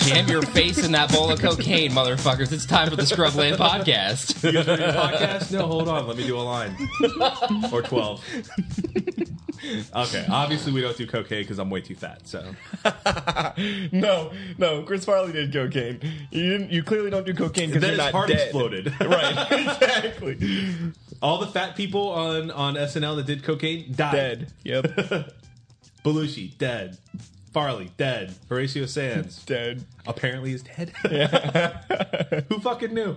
Jam your face in that bowl of cocaine, motherfuckers. It's time for the Scrubland podcast. You doing your podcast? No, hold on. Let me do a line or twelve. Okay, obviously we don't do cocaine because I'm way too fat. So No, no. Chris Farley did cocaine. You didn't, you clearly don't do cocaine because then you're his not heart dead. exploded. Right. Exactly. All the fat people on on SNL that did cocaine died. Dead. Yep. Belushi dead. Farley dead. Horatio Sands Dead. apparently is dead. Who fucking knew?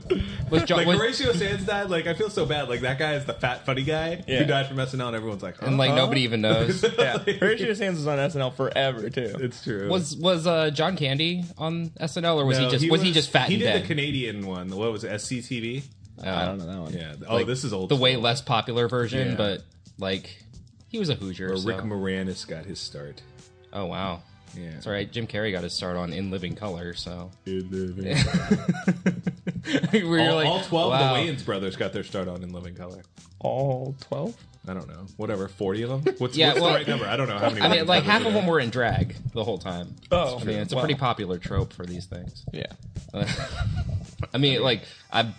Was John, Like was- Horatio Sands died. Like I feel so bad. Like that guy is the fat funny guy Yeah. who died from SNL, and everyone's like, and huh? like nobody even knows. Yeah. Horatio Sands was on SNL forever too. it's true. Was was uh, John Candy on SNL or was No, he just was, he just fat He and did dead? the Canadian one. What was it? SCTV? I don't know that one. Yeah. Oh, Like, this is old. the way school. less popular version, Yeah. but like he was a Hoosier. Or so- Rick Moranis got his start. oh wow, Yeah. that's all right. Jim Carrey got his start on In Living Color, so we were all, like all twelve wow. of the Wayans brothers got their start on In Living Color. All twelve. I don't know. Whatever. Forty of them. What's, Yeah, what's well- the right number? I don't know how many. I mean, Wayans like brothers half are of them there. were in drag the whole time. Oh, I mean, it's a wow. pretty popular trope for these things. I mean, like I'm,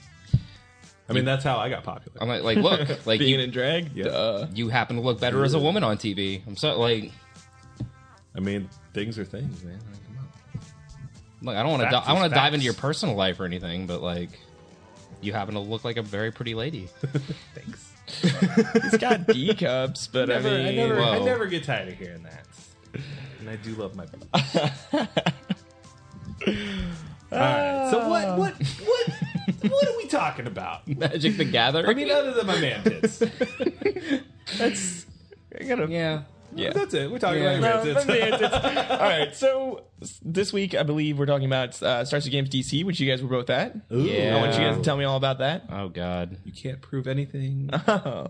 I mean, that's how I got popular. I'm like, like look, like you, Being in drag. Yeah. Duh. you happen to look better as a woman on TV. I'm so like, I mean, things are things, man. I mean, come on. look, I don't want to, Facts I want is to dive facts. into your personal life or anything, but like, you happen to look like a very pretty lady. Thanks. He's got D cups, but Never, I mean, I, never, I whoa. never get tired of hearing that. And I do love my boobs. All right. So what? What? What? What are we talking about? Magic the Gathering. I mean, other than my man tits. that's. I gotta. yeah. yeah. That's it. We're talking Yeah. about No, your man tits. that's it. All right, so s- this week I believe we're talking about uh, Starship Games DC, which you guys were both at. Ooh, Yeah. I want you guys to tell me all about that. Oh God. You can't prove anything. Oh,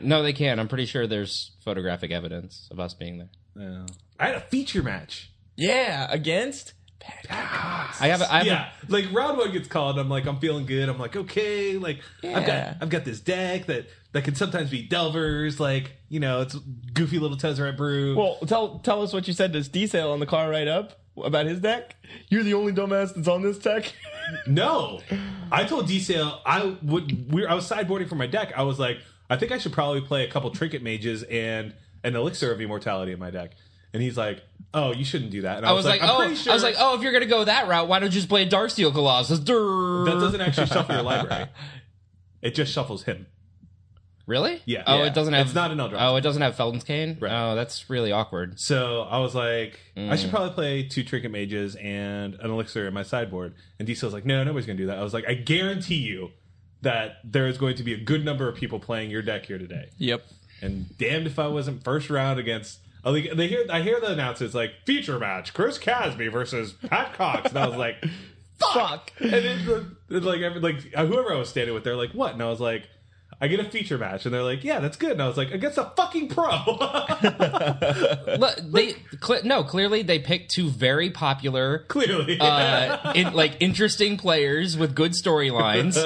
No, they can. I'm pretty sure there's photographic evidence of us being there. No. I had a feature match. yeah, against I have. a- I have. a- yeah, like round one gets called. I'm like, I'm feeling good. I'm like, okay, like I've Yeah. got, I've got this deck that that can sometimes be Delvers. Like you know, it's goofy little Tezzeret brew. Well, tell tell us what you said to Diesel on the car ride up about his deck. You're the only dumbass that's on this deck. no, I told Detail I would. We I was sideboarding for my deck. I was like, I think I should probably play a couple Trinket Mages and an Elixir of Immortality in my deck. And he's like, Oh, you shouldn't do that. And I was like, I'm oh, pretty sure I was like, oh, if you're gonna go that route, why don't you just play Darksteel Colossus? Durr. that doesn't actually shuffle your library. It just shuffles him. really? Yeah. Oh, Yeah. it doesn't have. It's not an Eldrazi. Oh, it doesn't have Felton's Cane. Right. Oh, that's really awkward. So I was like, I Mm. should probably play two Trinket Mages and an Elixir in my sideboard. And DC was like, no, nobody's going to do that. I was like, I guarantee you that there is going to be a good number of people playing your deck here today. Yep. And damned if I wasn't first round against. I like- They hear, I hear the announcements like feature match Chris Casby versus Pat Cox, and I was like, Fuck. and it's the- it's like every- like uh, whoever I was standing with, they're like, what? And I was like, I get a feature match, and they're like, yeah, that's good. And I was like, against a fucking pro. Look, they cle no. Clearly, they picked two very popular, Clearly, uh, in, like interesting players with good storylines.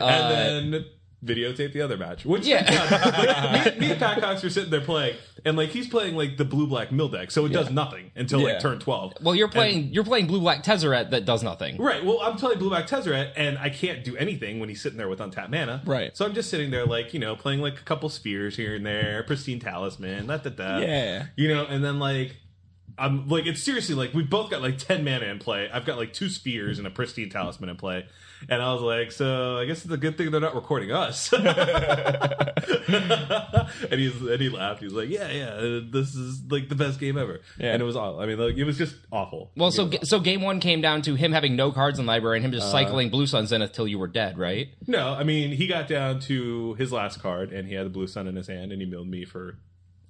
and then videotape the other match. Which Yeah. yeah. like, me, me and Pat Cox were sitting there playing, and like he's playing like the blue black mill deck, so it does nothing until Yeah. like turn twelve. Well, you're playing you're playing Blue Black Tezzeret that does nothing. Right. Well, I'm playing blue black Tezzeret, and I can't do anything when he's sitting there with untapped mana. Right. So I'm just sitting there like you know playing like a couple spheres here and there, pristine talisman, da da da. Yeah. You know, and then like. I'm like it's seriously like we both got like ten mana in play. I've got like two spheres and a pristine talisman in play, and I was like, so I guess it's a good thing they're not recording us. and he's and he laughed. He was like, yeah, yeah, uh, this is like the best game ever. Yeah. And it was awful. I mean, like it was just awful. Well, so ga- so game one came down to him having no cards in library and him Uh. just cycling Blue Sun Zenith till you were dead, right? No, I mean he got down to his last card, and he had the blue sun in his hand, and he milled me for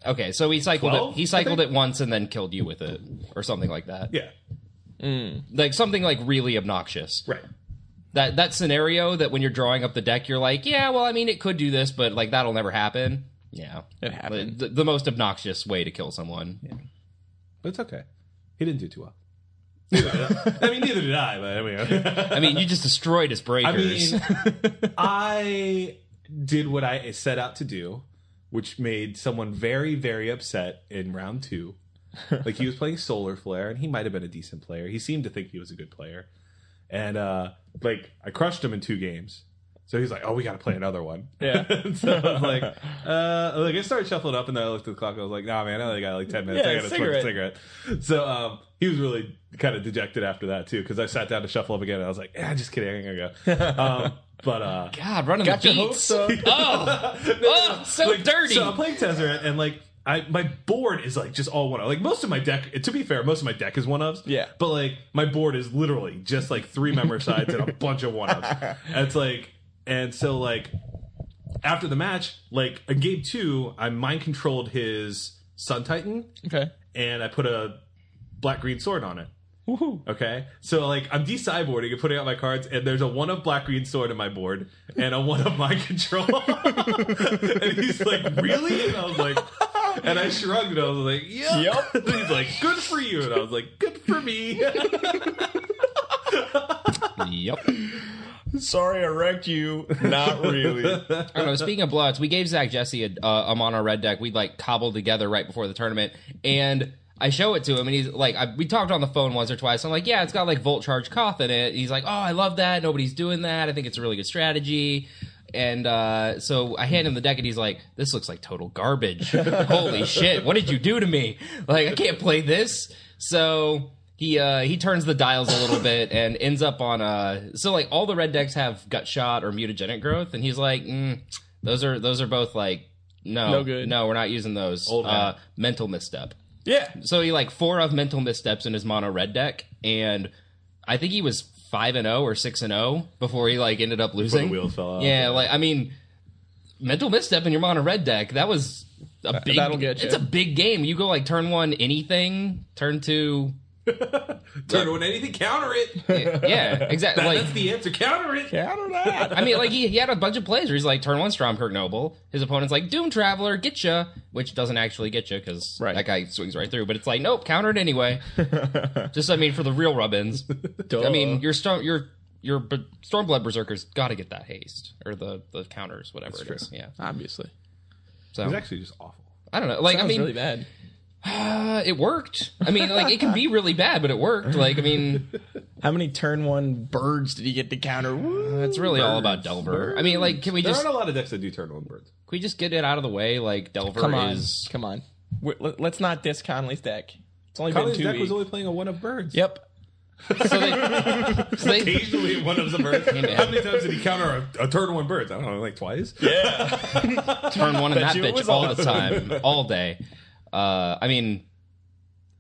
Okay, so he cycled it. 12, He I cycled think? it once and then killed you with it, or something like that. yeah, Like something like really obnoxious. right. That that scenario that when you're drawing up the deck, you're like, yeah, well, I mean, it could do this, but like that'll never happen. Yeah, It happened. The, the most obnoxious way to kill someone. But it's okay. He didn't do too well. Neither did I. I mean, neither did I. But I mean, I mean, you just destroyed his I breakers. mean, I did what I set out to do, which made someone very, very upset in round two. Like he was playing Solar Flare, and he might have been a decent player. He seemed to think he was a good player, and uh, like I crushed him in two games. So he's like, "Oh, we got to play another one." Yeah. so I was like, uh, like I started shuffling up, and then I looked at the clock. and I was like, "Nah, man, I only got like ten minutes. Yeah, I got to smoke a cigarette." So um, he was really kind of dejected after that too, because I sat down to shuffle up again, and I was like, "Yeah, just kidding, I'm gonna go." Um, but uh, God, running Got the your beats. hopes up. Oh, no, no, Oh, no. so Like, dirty. So I'm playing Tezzeret, and like I my board is like just all one of. Like most of my deck, to be fair, most of my deck is one ofs. Yeah. But like my board is literally just like three member sides and a bunch of one ofs. It's like and so like after the match, like in game two, I mind controlled his Sun Titan Okay. and I put a black green sword on it. Woohoo. Okay, so like I'm de-cyborging and putting out my cards, and there's a one of black green sword in my board, and a one of my control. and he's like, "Really?" And I was like, and I shrugged, and I was like, "Yeah." Yep. And he's like, "Good for you," and I was like, "Good for me." yep. Sorry I wrecked you. Not really. I don't know. Speaking of bloods, we gave Zach Jesse a, uh, a mono red deck we'd like cobbled together right before the tournament, and I show it to him, and he's like, I, we talked on the phone once or twice. I'm like, yeah, it's got like volt charge cough in it. He's like, oh, I love that. Nobody's doing that. I think it's a really good strategy. And uh, so I hand him the deck, and he's like, "This looks like total garbage. Holy shit! What did you do to me? Like, I can't play this." So he uh he turns the dials a little bit and ends up on uh so like all the red decks have gut shot or mutagenic growth and he's like mm, those are those are both like no No good. no we're not using those Old hat. uh mental misstep Yeah. so he like four of mental missteps in his mono red deck and I think he was five and zero or six and zero before he like ended up losing wheels fell off. yeah like I mean mental misstep in your mono red deck that was a big that'll get you. it's a big game you go like turn one anything turn two Turn on anything, counter it. That- yeah, exactly. like, that's the answer. Counter it. Counter that. I mean, like he, he had a bunch of plays where he's like, turn one Stromkirk Noble. His opponent's like Doom Traveler, get ya, which doesn't actually get you because Right. that guy swings right through. But it's like, nope, counter it anyway. Just I mean, for the real rub-ins. I Uh-huh. mean, your storm, your your b- Stormblood Berserkers got to get that haste or the the counters, whatever it is. Yeah. obviously. So It was actually just awful. I don't know. Like I Sounds mean, really bad. uh, it worked. I mean, like it can be really bad, but it worked. Like I mean. How many turn one birds did he get to counter? Woo. It's really all about Delver. I mean, like, can we There just can aren't a lot of decks that do turn one birds. we just get it out of the way? Like, Delver Come on, is come on. We're, let, let's not diss Conley's deck. It's only Conley's been two E. deck was weeks. only playing a one of birds. yep. so they, so they Occasionally, one of the birds. man. How many times did he counter a, a turn one birds? I don't know, like twice. Yeah. turn one in that you it bitch was all all- the time, all day. Uh, I mean,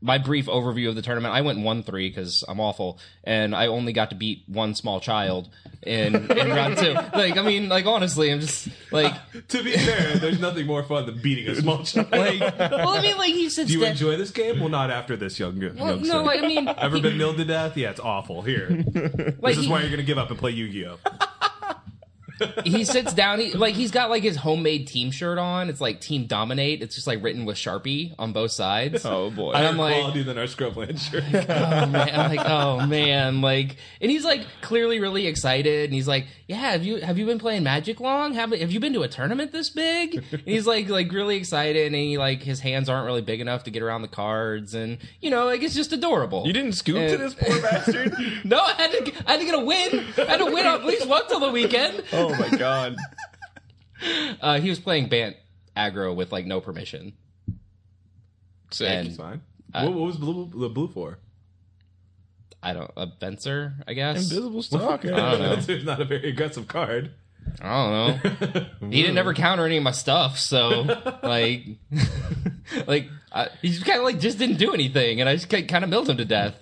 my brief overview of the tournament: I went one three because I'm awful, and I only got to beat one small child in, in round two. Like, I mean, like honestly, I'm just like, To be fair, there's nothing more fun than beating a small child. well, I mean, like he sits do you there. enjoy this game? Well, not after this, young youngster. well, no, like, I mean, Ever he- been milled to death? Yeah, it's awful. Here, like, this is he- why you're gonna give up and play Yu-Gi-Oh. he sits down. He like he's got like his homemade team shirt on. It's like Team Dominate. It's just like written with Sharpie on both sides. Oh boy. I am like, Quality than our Scrubland shirt. oh man, I'm like, oh man, like, and he's like clearly really excited, and he's like, yeah, have you have you been playing Magic long? Have have you been to a tournament this big? And he's like like really excited, and he like his hands aren't really big enough to get around the cards, and you know, like it's just adorable. you didn't scoop to And- this poor bastard. No, I had to I had to get a win. I had to win at least once on the weekend. oh my god. Uh, he was playing Bant aggro with like no permission. Sick. It's And fine. what, what was blue, the blue for? I don't a Benser, I guess. Invisible stalker. Ah. don't know. it's not a very aggressive card. I don't know. he didn't ever counter any of my stuff, so like, like I, he just kind of like just didn't do anything, and I just kind of milled him to death.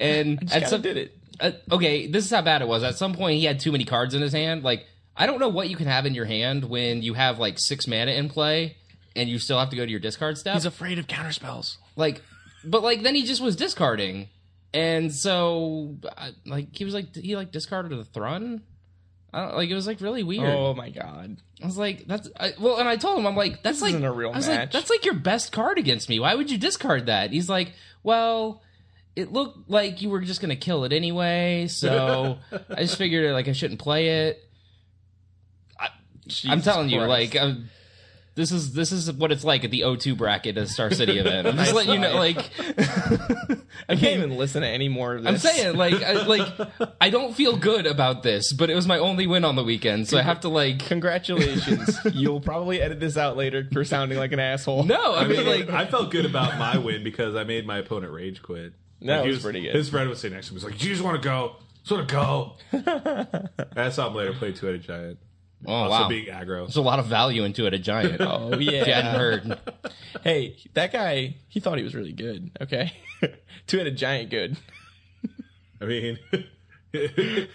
And at kinda some, did it. Uh, okay, this is how bad it was. At some point, he had too many cards in his hand. Like, I don't know what you can have in your hand when you have like six mana in play, and you still have to go to your discard step. He's afraid of counter spells. like, but like then he just was discarding, and so I- like he was like he like discarded a Thrun. I don't, like it was like really weird. Oh my god. I was like, "That's I, well," and I told him, "I'm like, that's like isn't a real I was like, match. that's like your best card against me. Why would you discard that?" He's like, "Well, it looked like you were just gonna kill it anyway, so I just figured like I shouldn't play it." I'm telling you, like, I'm, this is this is what it's like at the O2 bracket at a Star City event. I'm just letting you know, like I can't even listen to any more of this. I'm saying, like I, like I don't feel good about this, but it was my only win on the weekend, so I have to like. Congratulations. You'll probably edit this out later for sounding like an asshole. No, I I mean mean, like I felt good about my win because I made my opponent rage quit. That he was pretty good. His friend was sitting next to me. He was like, "You just want to go, just want to go." I saw him later play two headed giant. oh Also wow, being aggro. there's a lot of value into it. A giant. Oh If you hadn't yeah. heard. Hey, that guy, he thought he was really good. Okay. Two headed giant good. I mean, he,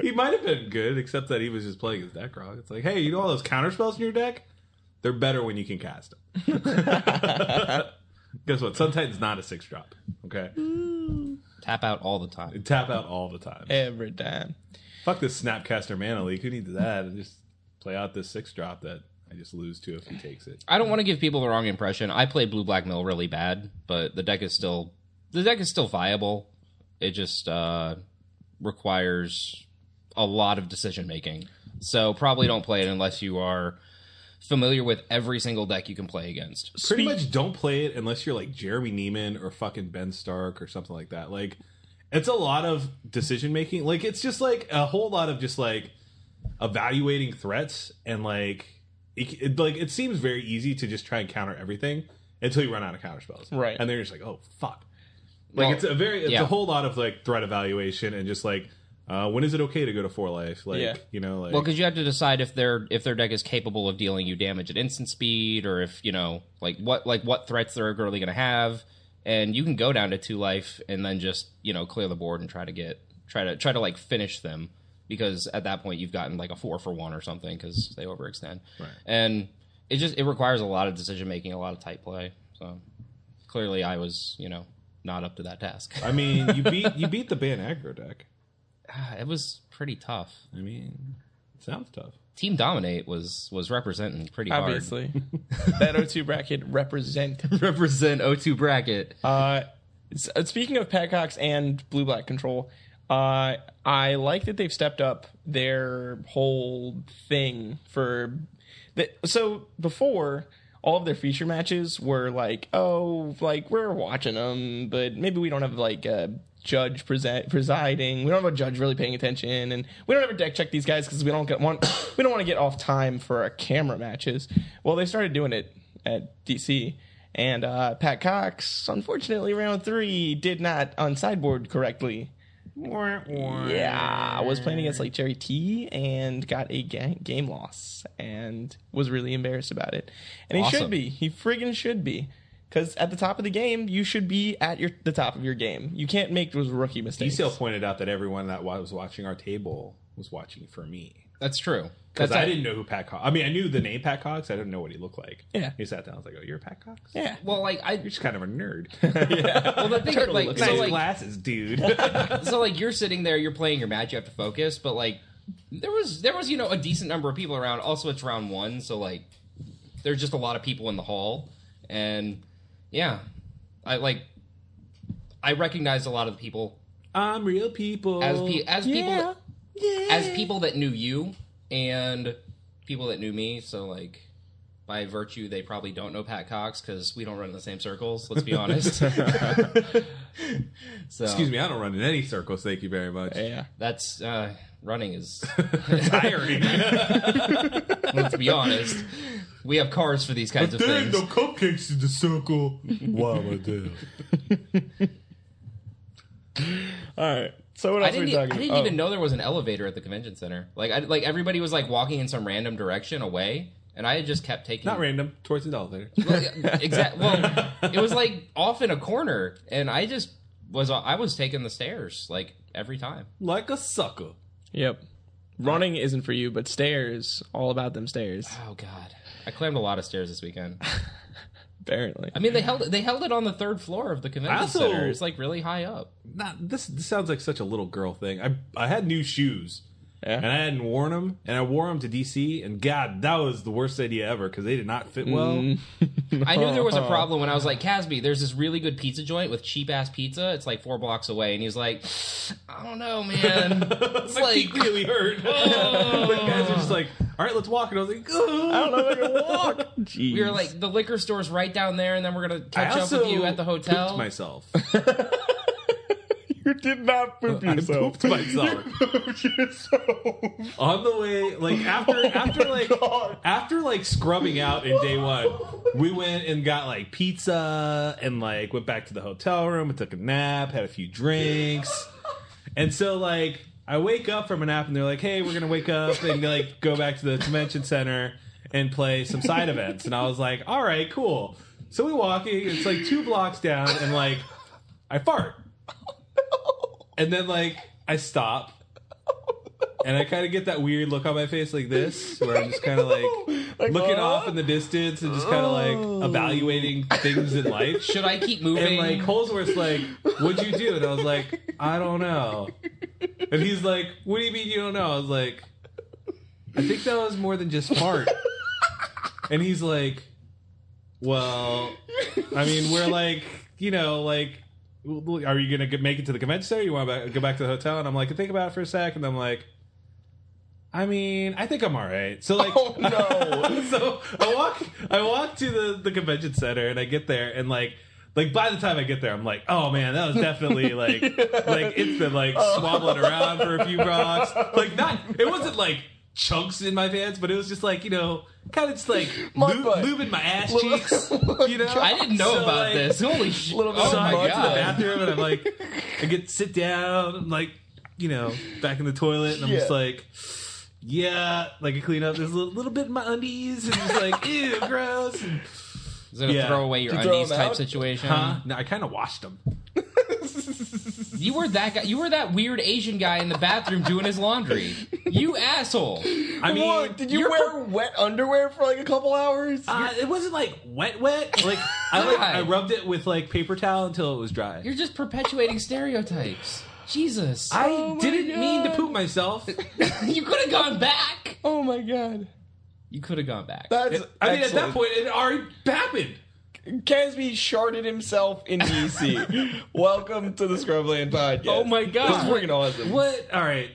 he might have been good, except that he was just playing his deck wrong. It's like, hey, you know all those counter spells in your deck? They're better when you can cast them. Guess what? Sun Titan's not a six drop. Okay, Mm. Tap out all the time. tap out all the time. Every time. Fuck this Snapcaster mana leak. Who needs that? And just play out this six drop that I just lose to if he takes it. I don't want to give people the wrong impression. I played blue black mill really bad, but the deck is still the deck is still viable. It just uh, requires a lot of decision making. So probably don't play it unless you are familiar with every single deck you can play against. Pretty much don't play it unless you're like Jeremy Neiman or fucking Ben Stark or something like that. Like, it's a lot of decision making. Like, it's just like a whole lot of just like evaluating threats and like, it, it- like it seems very easy to just try and counter everything until you run out of counter spells, Right. And then you're just like, oh fuck. Like Well, it's a very it's yeah. a whole lot of like threat evaluation and just like uh, when is it okay to go to four life? Like Yeah. you know, like Well, because you have to decide if their if their deck is capable of dealing you damage at instant speed, or if you know like what like what threats they're really going to have, and you can go down to two life and then just you know clear the board and try to get try to try to like finish them because at that point you've gotten like a four for one or something because they overextend, Right. and it just it requires a lot of decision making, a lot of tight play. So clearly, I was you know not up to that task. I mean, you beat you beat the ban aggro deck. it was pretty tough. I mean, it sounds tough. Team dominate was was representing pretty hard. Obviously. that O2 bracket represent. represent O2 bracket. Uh, s- uh, speaking of Petcox and blue black control, uh, I like that they've stepped up their whole thing for that. So before. All of their feature matches were like, oh, like we're watching them, but maybe we don't have like a judge present, presiding. We don't have a judge really paying attention, and we don't ever deck check these guys because we don't get, want we don't want to get off time for our camera matches. Well, they started doing it at DC, and uh, Pat Cox, unfortunately, round three did not on sideboard correctly. Yeah, was playing against like Jerry T and got a ga- game loss and was really embarrassed about it. And he Awesome. should be. He friggin' should be. Because at the top of the game, you should be at your the top of your game. You can't make those rookie mistakes. DCL pointed out that everyone that wa- was watching our table was watching for me That's true. because That's I didn't know who Pat Cox. I mean, I knew the name Pat Cox. I didn't know what he looked like. Yeah. he sat down. I was like, "Oh, you're Pat Cox. Yeah. well, like I You're just kind of a nerd. well the thing is, like nice so like glasses, dude." so like you're sitting there, you're playing your match, you have to focus, but like there was there was you know a decent number of people around. Also, it's round one, so like there's just a lot of people in the hall, and yeah, I like I recognized a lot of the people I'm real people. as pe- as people that, yeah. as people that knew you and people that knew me. So like by virtue, they probably don't know Pat Cox because we don't run in the same circles. Let's be honest. so Excuse me, I don't run in any circles. Thank you very much. Yeah. That's uh, running is. Tiring. let's be honest. We have cars for these kinds of things. cupcakes in the circle. Why am I there? All right. So what I else are didn't. we e- talking I didn't about? even know there was an elevator at the convention center. Like, I, like everybody was like walking in some random direction away, and I had just kept taking. Not random. Towards the elevator. exactly. Well, it was like off in a corner, and I just was. uh, I was taking the stairs like every time. like a sucker. Oh, Yep. Running isn't for you, but stairs, all about them stairs, Oh God, I climbed a lot of stairs this weekend. apparently. I mean, they held they held it on the third floor of the convention Also- center. It's like really high up. Not this. This sounds like such a little girl thing. I I had new shoes. Yeah. and I hadn't worn them, and I wore them to DC, and God, that was the worst idea ever because they did not Mm. fit well. I knew there was a problem when I was like, Casby, there's this really good pizza joint with cheap ass pizza. It's like four blocks away, and he's like, I don't know, man. It's My like Oh. feet really hurt. But guys are just like, all right, let's walk. And I was like, I don't know if I can walk. Jeez. We were like, the liquor store's right down there, and then we're gonna I catch up also with you at the hotel. Pooped myself. you did not poop I yourself. pooped myself You pooped yourself. on the way. Like after after Oh my like God. after like scrubbing out in day one, we went and got like pizza and like went back to the hotel room. and took a nap, had a few drinks, and so like I wake up from a nap and they're like, "Hey, we're gonna wake up and like go back to the convention center and play some side events." And I was like, "All right, cool." So we walking. It's like two blocks down, and like I fart, and then like I stop. And I kind of get that weird look on my face like this, where I'm just kind of like, Like, looking uh, off in the distance and just kind of Oh. like evaluating things in life. Should I keep moving? And like Holsworth's like, "What'd you do?" And I was like, "I don't know." And he's like, "What do you mean you don't know?" I was like, "I think that was more than just fart." And he's like, "Well, I mean, we're like, you know, like." Are you gonna make it to the convention center? You want to go back to the hotel? And I'm like, I think about it for a sec, and I'm like, I mean, I think I'm all right. So like, Oh, no. so I walk, I walk to the the convention center, and I get there, and like, like by the time I get there, I'm like, oh man, that was definitely like, like it's been like Oh. swabbling around for a few blocks. Like not, it wasn't like chunks in my pants, but it was just like you know, kind of just like Mud lube, butt. lubing my ass Little- cheeks. You know, I didn't know So, about like, this. Holy shit! Little bit Oh of so my I go to the god! bathroom and I'm like, I get sit down, I'm like, you know, back in the toilet, and I'm just Yeah. like, yeah, like I clean up. There's a little, little bit in my undies, and it's like, ew, gross. And, um, Is it a Yeah. throw away your Did you throw undies them type out? situation? huh? No, I kind of washed them. You were that guy. You were that weird Asian guy in the bathroom doing his laundry. You asshole! I mean, Whoa, did you you're- wear wet underwear for like a couple hours? uh, it wasn't like wet, wet. Like I like I rubbed it with like paper towel until it was dry. You're just perpetuating stereotypes. Jesus! I Oh my didn't mean to God. poop myself. you could have gone back. oh my god. You could have gone back. I That's mean, at that excellent. point, it already happened. Casby sharded himself in DC. Welcome to the Scrubland podcast. Oh my God. This is freaking awesome. What? All right.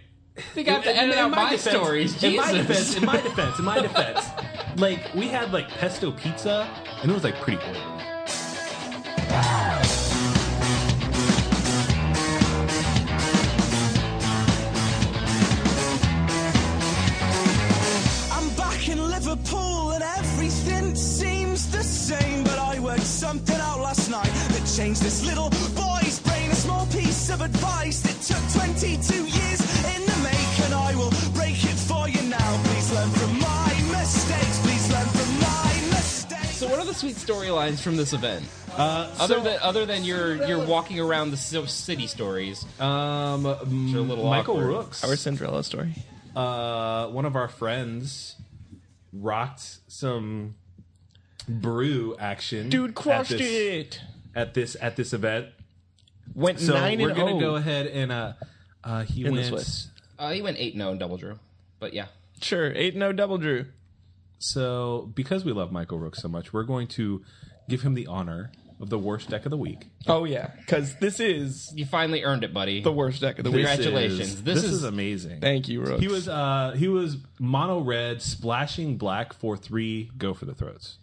They got to In- in- edit in out my, defense- stories. Jesus. In my defense, in my defense, in my defense, like we had like pesto pizza, and it was like pretty good. I'm back in Liverpool and everything seems the same. But I worked something out last night that changed this little boy's brain. A small piece of advice that took 22 years in the make, and I will break it for you now. Please learn from my mistakes. Please learn from my mistakes. So, what are the sweet storylines from this event? Uh, Other so, than other than your your walking around the ci- city stories, um, are a little Michael awkward. Rooks, Our Cinderella story. uh, one of our friends, rocked some brew action. Dude crushed at this, it. at this at this event. Went So nine we're and gonna oh. go ahead and uh, uh, he In the went. Swiss. uh, he went eight no in double drew, but yeah, Sure, eight and oh double drew. So because we love Michael Rooks so much, we're going to give him the honor of the worst deck of the week. Oh yeah, because this is you finally earned it, buddy. the worst deck of the week. This Congratulations. is- This This, is- is, amazing. Thank you, Rooks. He was uh he was mono red, splashing black for three, go for the throats.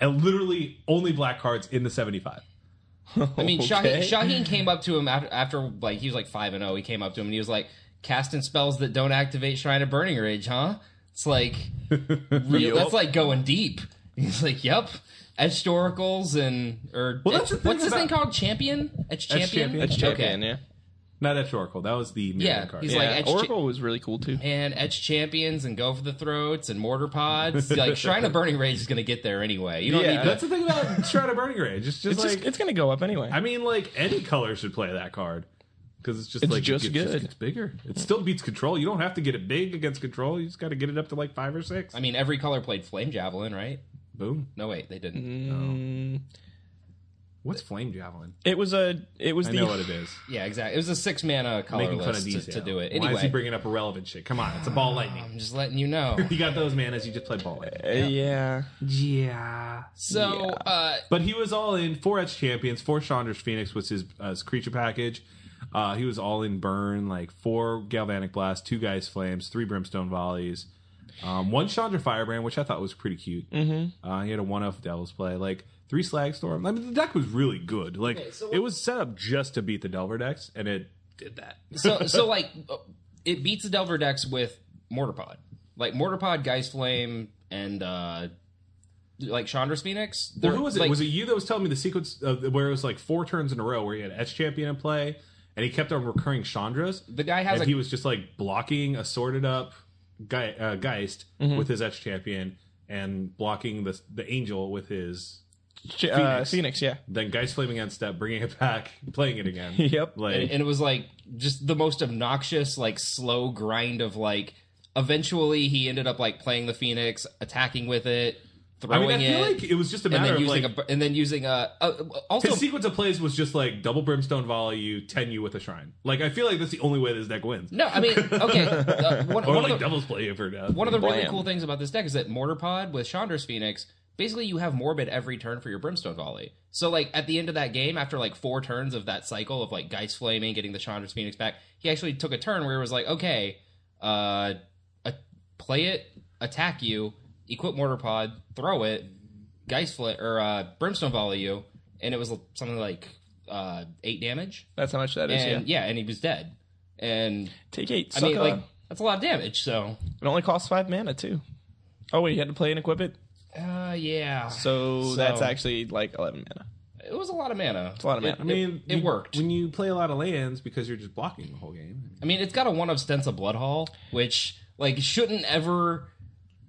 And literally only black cards in the seventy five. I mean, Okay. Shaheen, Shaheen came up to him after, after like he was like five and zero. He came up to him and he was like, "Casting spells that don't activate Shrine of Burning Rage, huh?" It's like real, that's like going deep. He's like, "Yep." Etch oracles and or Well, that's the thing what's this thing about- called? Champion? Etch champion? Champion. That's Etch champion, Okay. yeah. Not at Oracle. That was the mirror Yeah, card. he's yeah. like yeah. etch- Oracle was really cool too. and etch champions and go for the throats and mortar pods. like Shrine of Burning Rage is going to get there anyway. You don't Yeah. need to. That's the thing about Shroud of Burning Rage. It's just It's like just it's gonna go up anyway. I mean like any color should play that card. Because it's just It's like just it good. gets bigger. It still beats control. You don't have to get it big against control. You just gotta get it up to like five or six. I mean, every color played flame javelin, right? Boom. No, wait, they didn't. Mm-hmm. What's flame javelin? it was a it was I the know what it is. Yeah, exactly. It was a six mana color Making fun of list to, these to do it. Why Anyway, is he bringing up irrelevant shit? Come on, it's a ball lightning. I'm just letting you know. You got those man as you just played ball. Uh, yeah. Yeah. So, uh, But he was all in four Etch champions, four Chandra's Phoenix was his, uh, his creature package. Uh, he was all in burn, like four galvanic blast, two guys flames, three brimstone volleys, Um, one Chandra Firebrand, which I thought was pretty cute. Mm-hmm. Uh, he had a one of Devil's Play, like three Slagstorm. I mean, the deck was really good. Like Okay, so it was set up just to beat the Delver decks, and it did that. so so like uh, it beats the Delver decks with Mortarpod. Like Mortarpod, Geist Flame, and uh like Chandra's Phoenix. Well, They're, who was it? like- was it you that was telling me the sequence of where it was like four turns in a row where he had Etch Champion in play, and he kept on recurring Chandras. the guy has and like he was just like blocking a sorted up guy, uh, Geist Mm-hmm. with his Etch Champion and blocking the the Angel with his Ch- uh, Phoenix, yeah. then Geist flaming against that, bringing it back, playing it again. Yep. Like and, and it was like just the most obnoxious like slow grind of like eventually he ended up like playing the phoenix attacking with it I throwing mean, I feel it like it was just a and then matter of using like a and then using a uh, also his sequence of plays was just like double brimstone volley you, ten you with a shrine. Like I feel like that's the only way this deck wins. no i mean okay uh, one, Or one like of the, doubles play you for death. one of the really Blam. cool things about this deck is that mortar pod with chandra's phoenix basically you have morbid every turn for your brimstone volley so like at the end of that game after like four turns of that cycle of like geist flaming getting the chandra's phoenix back he actually took a turn where it was like okay uh a, play it, attack you, equip mortar pod, throw it, geist fl- or uh, brimstone volley you, and it was something like uh, eight damage. That's how much that is. And yeah. yeah. and he was dead. And Take eight. I suck mean, a- like that's a lot of damage. So it only costs five mana too. Oh wait, you had to play and equip it. uh, yeah, So, that's So- actually like eleven mana. it was a lot of mana. It's a lot of mana. I mean, it you- worked. when you play a lot of lands because you're just blocking the whole game. I mean, it's got a one of Stensa Blood Hall, which like shouldn't ever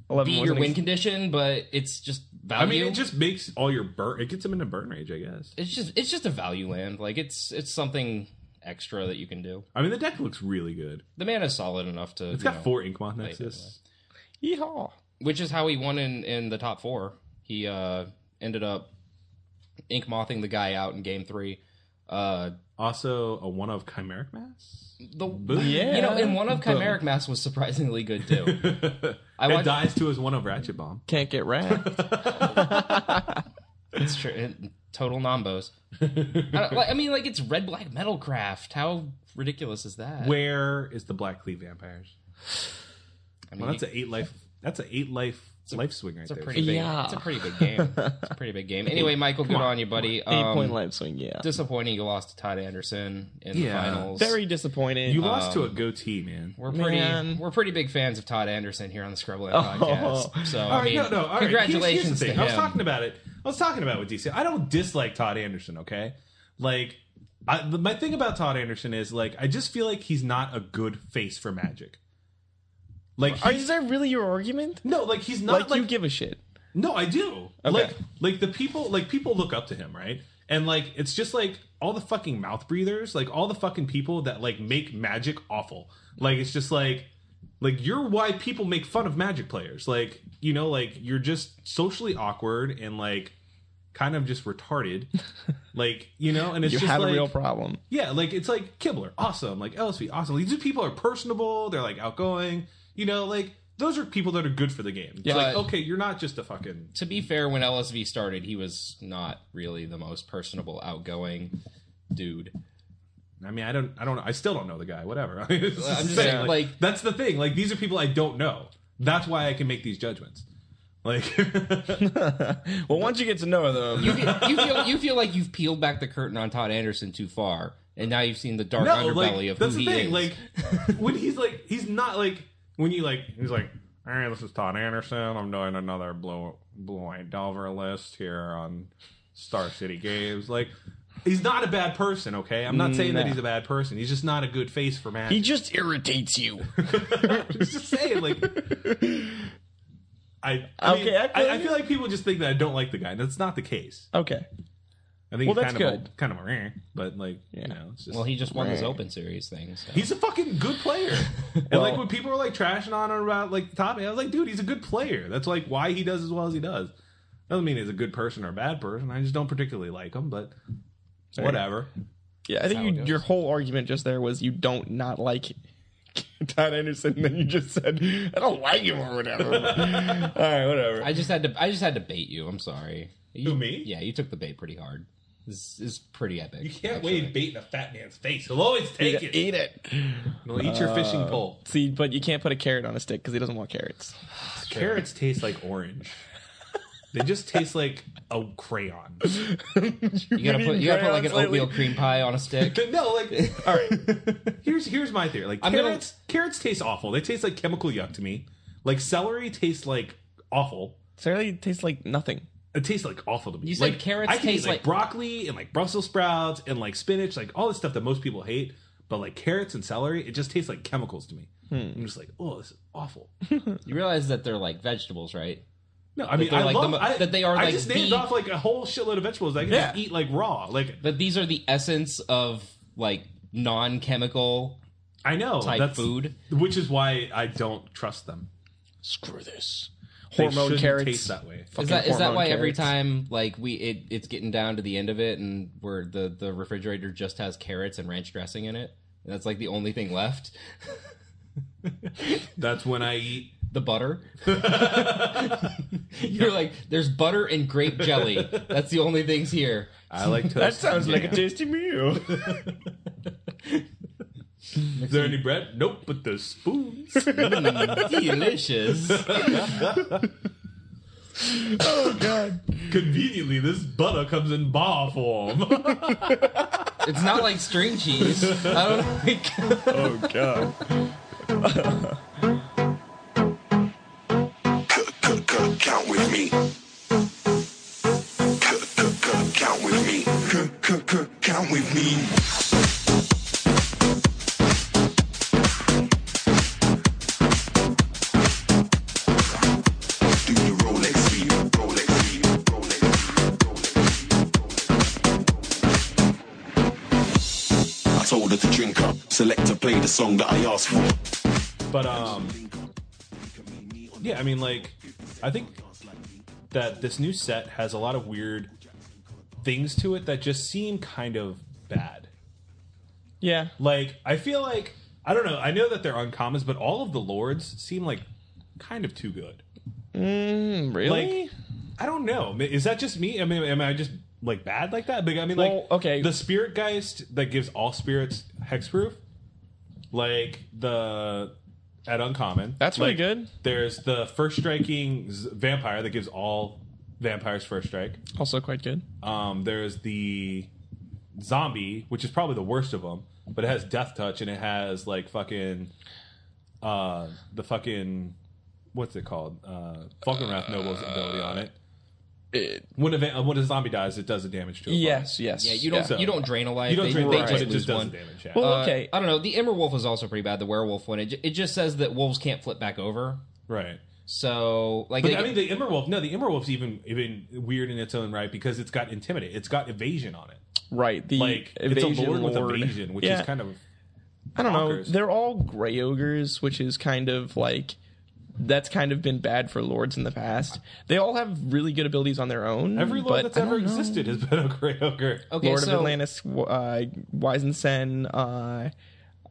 eleven be was your an win ex- condition, but it's just I value. mean, it just makes all your burn. It gets them into burn rage, I guess. it's just it's just a value land. Like it's it's something extra that you can do. I mean, the deck looks really good. The mana's solid enough to. It's you got know, four Inkmoth Nexus. Yeehaw. which is how he won in in the top four. He uh ended up ink mothing the guy out in game three. Uh, Also, a one of Chimeric Mass. the Yeah. you know, and one of Boom. Chimeric Mass was surprisingly good too. I it watched. dies to his one of Ratchet Bomb. Can't get wrapped. It's true. it- total nombos. I, don't- like, I mean, like it's red black metal craft. How ridiculous is that? Where is the Black Cleave Vampires? I mean, Well, that's an eight life. That's an eight life life swing right it's a there. pretty big. Yeah. It's a pretty big game. It's a pretty big game. Anyway, Michael, good on, you, buddy. Eight Um, point life swing. Yeah. Disappointing you lost to Todd Anderson in Yeah. the finals. Very Uh, disappointed. you lost to a goatee, um, man. Oh. We're pretty Man. we're pretty big fans of Todd Anderson here on the Scrubland podcast. So All I right, mean, no, no. All right. congratulations Here's- here's the thing. to him. I was talking about it. I was talking about it with DC. I don't dislike Todd Anderson. Okay, like I, the, my thing about Todd Anderson is like I just feel like he's not a good face for Magic. Like Are, he's- is that really your argument? no, like he's not Like, like, you give a shit. No, I do. Okay. Like like the people like people look up to him, right? And like it's just like all the fucking mouth breathers, like all the fucking people that like make magic awful. Like it's just like like you're why people make fun of magic players. Like, you know, like you're just socially awkward and like kind of just retarded. like, you know, and it's You just have like a real problem. yeah, like it's like Kibler, awesome. Like LSV, awesome. Like, these people are personable. They're like outgoing. You know, like those are people that are good for the game. It's Yeah. like okay, you're not just a fucking. to be fair, when LSV started, he was not really the most personable, outgoing dude. I mean, I don't, I don't, I still don't know the guy. Whatever. I'm just just saying, saying, like, like- that's the thing. Like these are people I don't know. That's why I can make these judgments. Like Well, once you get to know them, You, feel- you feel you feel like you've peeled back the curtain on Todd Anderson too far, and now you've seen the dark no, underbelly like of that's who the he thing. is. Like when he's like, he's not like when you like, he's like, hey, this is Todd Anderson. I'm doing another blue blue white Delver list here on Star City Games. Like he's not a bad person. Okay, I'm not saying that Nah. he's a bad person. He's just not a good face for man. he just irritates you. I'm just saying, like, I, I Okay, mean, I I, feel I, you. feel like people just think that I don't like the guy. and That's not the case. okay. I think he's Well, that's kind of good. a, kind of a meh, but like, Yeah. you know, it's just. well, he just won this Right. Open Series thing. So. He's a fucking good player, and like when people were like trashing on him about like Tommy, I was like, dude, he's a good player. That's like why he does as well as he does. Doesn't mean he's a good person or a bad person. I just don't particularly like him, but whatever. Yeah, I think how it you, goes. your whole argument just there was you don't not like Todd Anderson, and then you just said I don't like him or whatever. All right, whatever. I just had to I just had to bait you. I'm sorry. You, Who, me? Yeah, you took the bait pretty hard. is, is pretty epic. You can't actually. wade bait in a fat man's face. He'll always take it. Eat it. He'll eat your fishing Uh, pole. See, but you can't put a carrot on a stick because he doesn't want carrots. Carrots taste like orange. They just taste like a crayon. You gotta put you gotta put like an Crayons lately. oatmeal cream pie on a stick. no, like all right. Here's here's my theory. Like I'm gonna- carrots, carrots taste awful. They taste like chemical yuck to me. Like celery tastes like awful. Celery tastes like nothing. It tastes like awful to me. You said like, carrots I can eat, taste like- broccoli and like Brussels sprouts and like spinach, like all this stuff that most people hate. But like carrots and celery, it just tastes like chemicals to me. I'm just like, oh, this is awful. You realize that they're like vegetables, right? No, I mean, they're I like love the mo- I- that they are I like just named the- off like a whole shitload of vegetables. that I can just Yeah. eat like raw. Like But these are the essence of like non chemical I know type that's food. which is why I don't trust them. Screw this. They Hormone shouldn't carrots. taste that way. Is that is that why every time like we it, it's getting down to the end of it and where the the refrigerator just has carrots and ranch dressing in it? And that's like the only thing left. That's when I eat. The butter. You're like, there's butter and grape jelly. That's the only things here. I like toast. That sounds like a Yeah. tasty meal. Is there any bread? Nope, but there's spoons. Mm, Delicious. oh god. Conveniently, this butter comes in bar form. It's not like string cheese. I don't think. Oh god. count with me. Count with me. Count with me. Do the Rolex sweep, Rolex sweep, Rolex sweep, Rolex sweep, Rolex sweep. I told her to drink up, select to play the song that I asked for. but um, yeah, I mean, like, I think that this new set has a lot of weird things to it that just seem kind of bad. Yeah. Like, I feel like I don't know. I know that they're uncommons, but all of the lords seem like kind of too good. Hmm, Really? Like, I don't know. Ma- Is that just me? I mean, am I just like bad like that? Like, I mean, like, Well, okay. the spirit geist that gives all spirits hexproof, like the at uncommon. That's really Like, good. There's the first striking z- vampire that gives all vampires first strike. also quite good. Um, there's the zombie, which is probably the worst of them, but it has death touch and it has like fucking uh the fucking what's it called? Uh Falconrath Noble's ability on it. When a, va- when a zombie dies, it does the damage to it. yes. Yes. Yeah, you don't So- you don't drain a life. You don't they, drain they blood, just but it just lose does one. the damage. Yeah. Well, Uh, okay. I don't know. The Immerwolf is also pretty bad. The werewolf one. It, ju- it just says that wolves can't flip back over. right. So like, But they- I mean, the Immerwolf. No, the Immerwolf's even even weird in its own right because it's got intimidate. It's got evasion on it. E- right. The Like evasion it's a lord, with evasion, which Yeah. is kind of I don't know. bonkers. They're all gray ogres, which is kind of like that's kind of been bad for lords in the past. They all have really good abilities on their own. Mm, every but lord that's I don't ever know. existed has been a gray ogre. okay, Lord so of Atlantis, uh, Wisensen. Uh,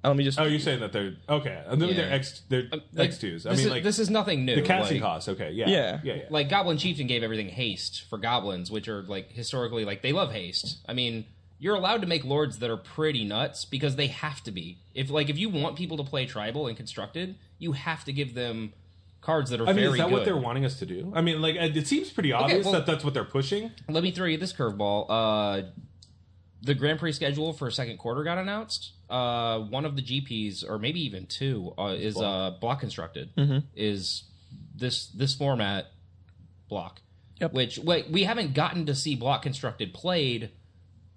let me just. Oh, you're saying that they're okay. I mean, Yeah. Um, they're X, they're like, X twos. I This, mean, is, like this is nothing new. the Cassie like, cost. Okay, yeah, Yeah. yeah, yeah. like Goblin Chieftain gave everything haste for goblins, which are like historically like they love haste. I mean, you're allowed to make lords that are pretty nuts because they have to be. If like if you want people to play tribal and constructed, you have to give them cards that are I very mean, is that good. what they're wanting us to do? I mean, like it it seems pretty obvious well- that that's what they're pushing. Let me throw you this curveball. Uh, the Grand Prix schedule for second quarter got announced. Uh, one of the GPs, or maybe even two, uh, is uh, block constructed. Mm-hmm. Is this this format block? Yep. Which like we haven't gotten to see block constructed played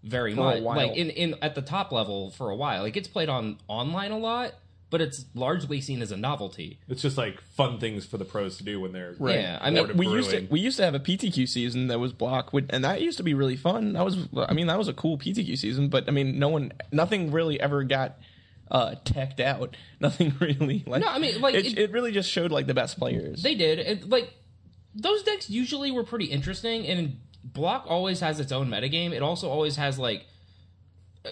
very For a much, while. like in in at the top level for a while. It gets played on online a lot, but it's largely seen as a novelty. It's just like fun things for the pros to do when they're Right. Yeah, I mean, bored of we used to brewing. we used to have a PTQ season that was block, with- and that used to be really fun. That was, I mean, that was a cool PTQ season. But I mean, no one, nothing really ever got uh teched out. Nothing really like. No, I mean, like, it, it- it, really just showed like the best players. They did. And, like those decks usually were pretty interesting, and block always has its own metagame. It also always has like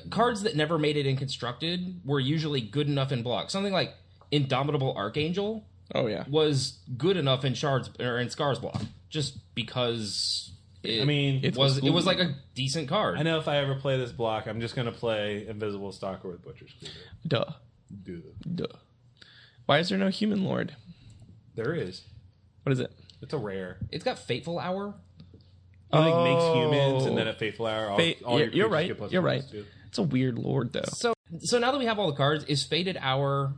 cards that never made it in constructed were usually good enough in block. Something like Indomitable Archangel oh yeah, was good enough in shards or in Scars block just because crappy. It I mean, mean, It's- was was it was like a decent card. I know if I ever play this block, I'm just gonna play Invisible Stalker with Butcher's Cleaver. duh, Dude, duh. Why is there no human lord? there is. What is it? It's a rare. It's got Fateful Hour. I think makes humans Oh. and then a faithful hour. All, Fa- all yeah, your you're creatures right. get plus You're one, right. plus two. It's a weird lord though. So so now that we have all the cards, is Faded Hour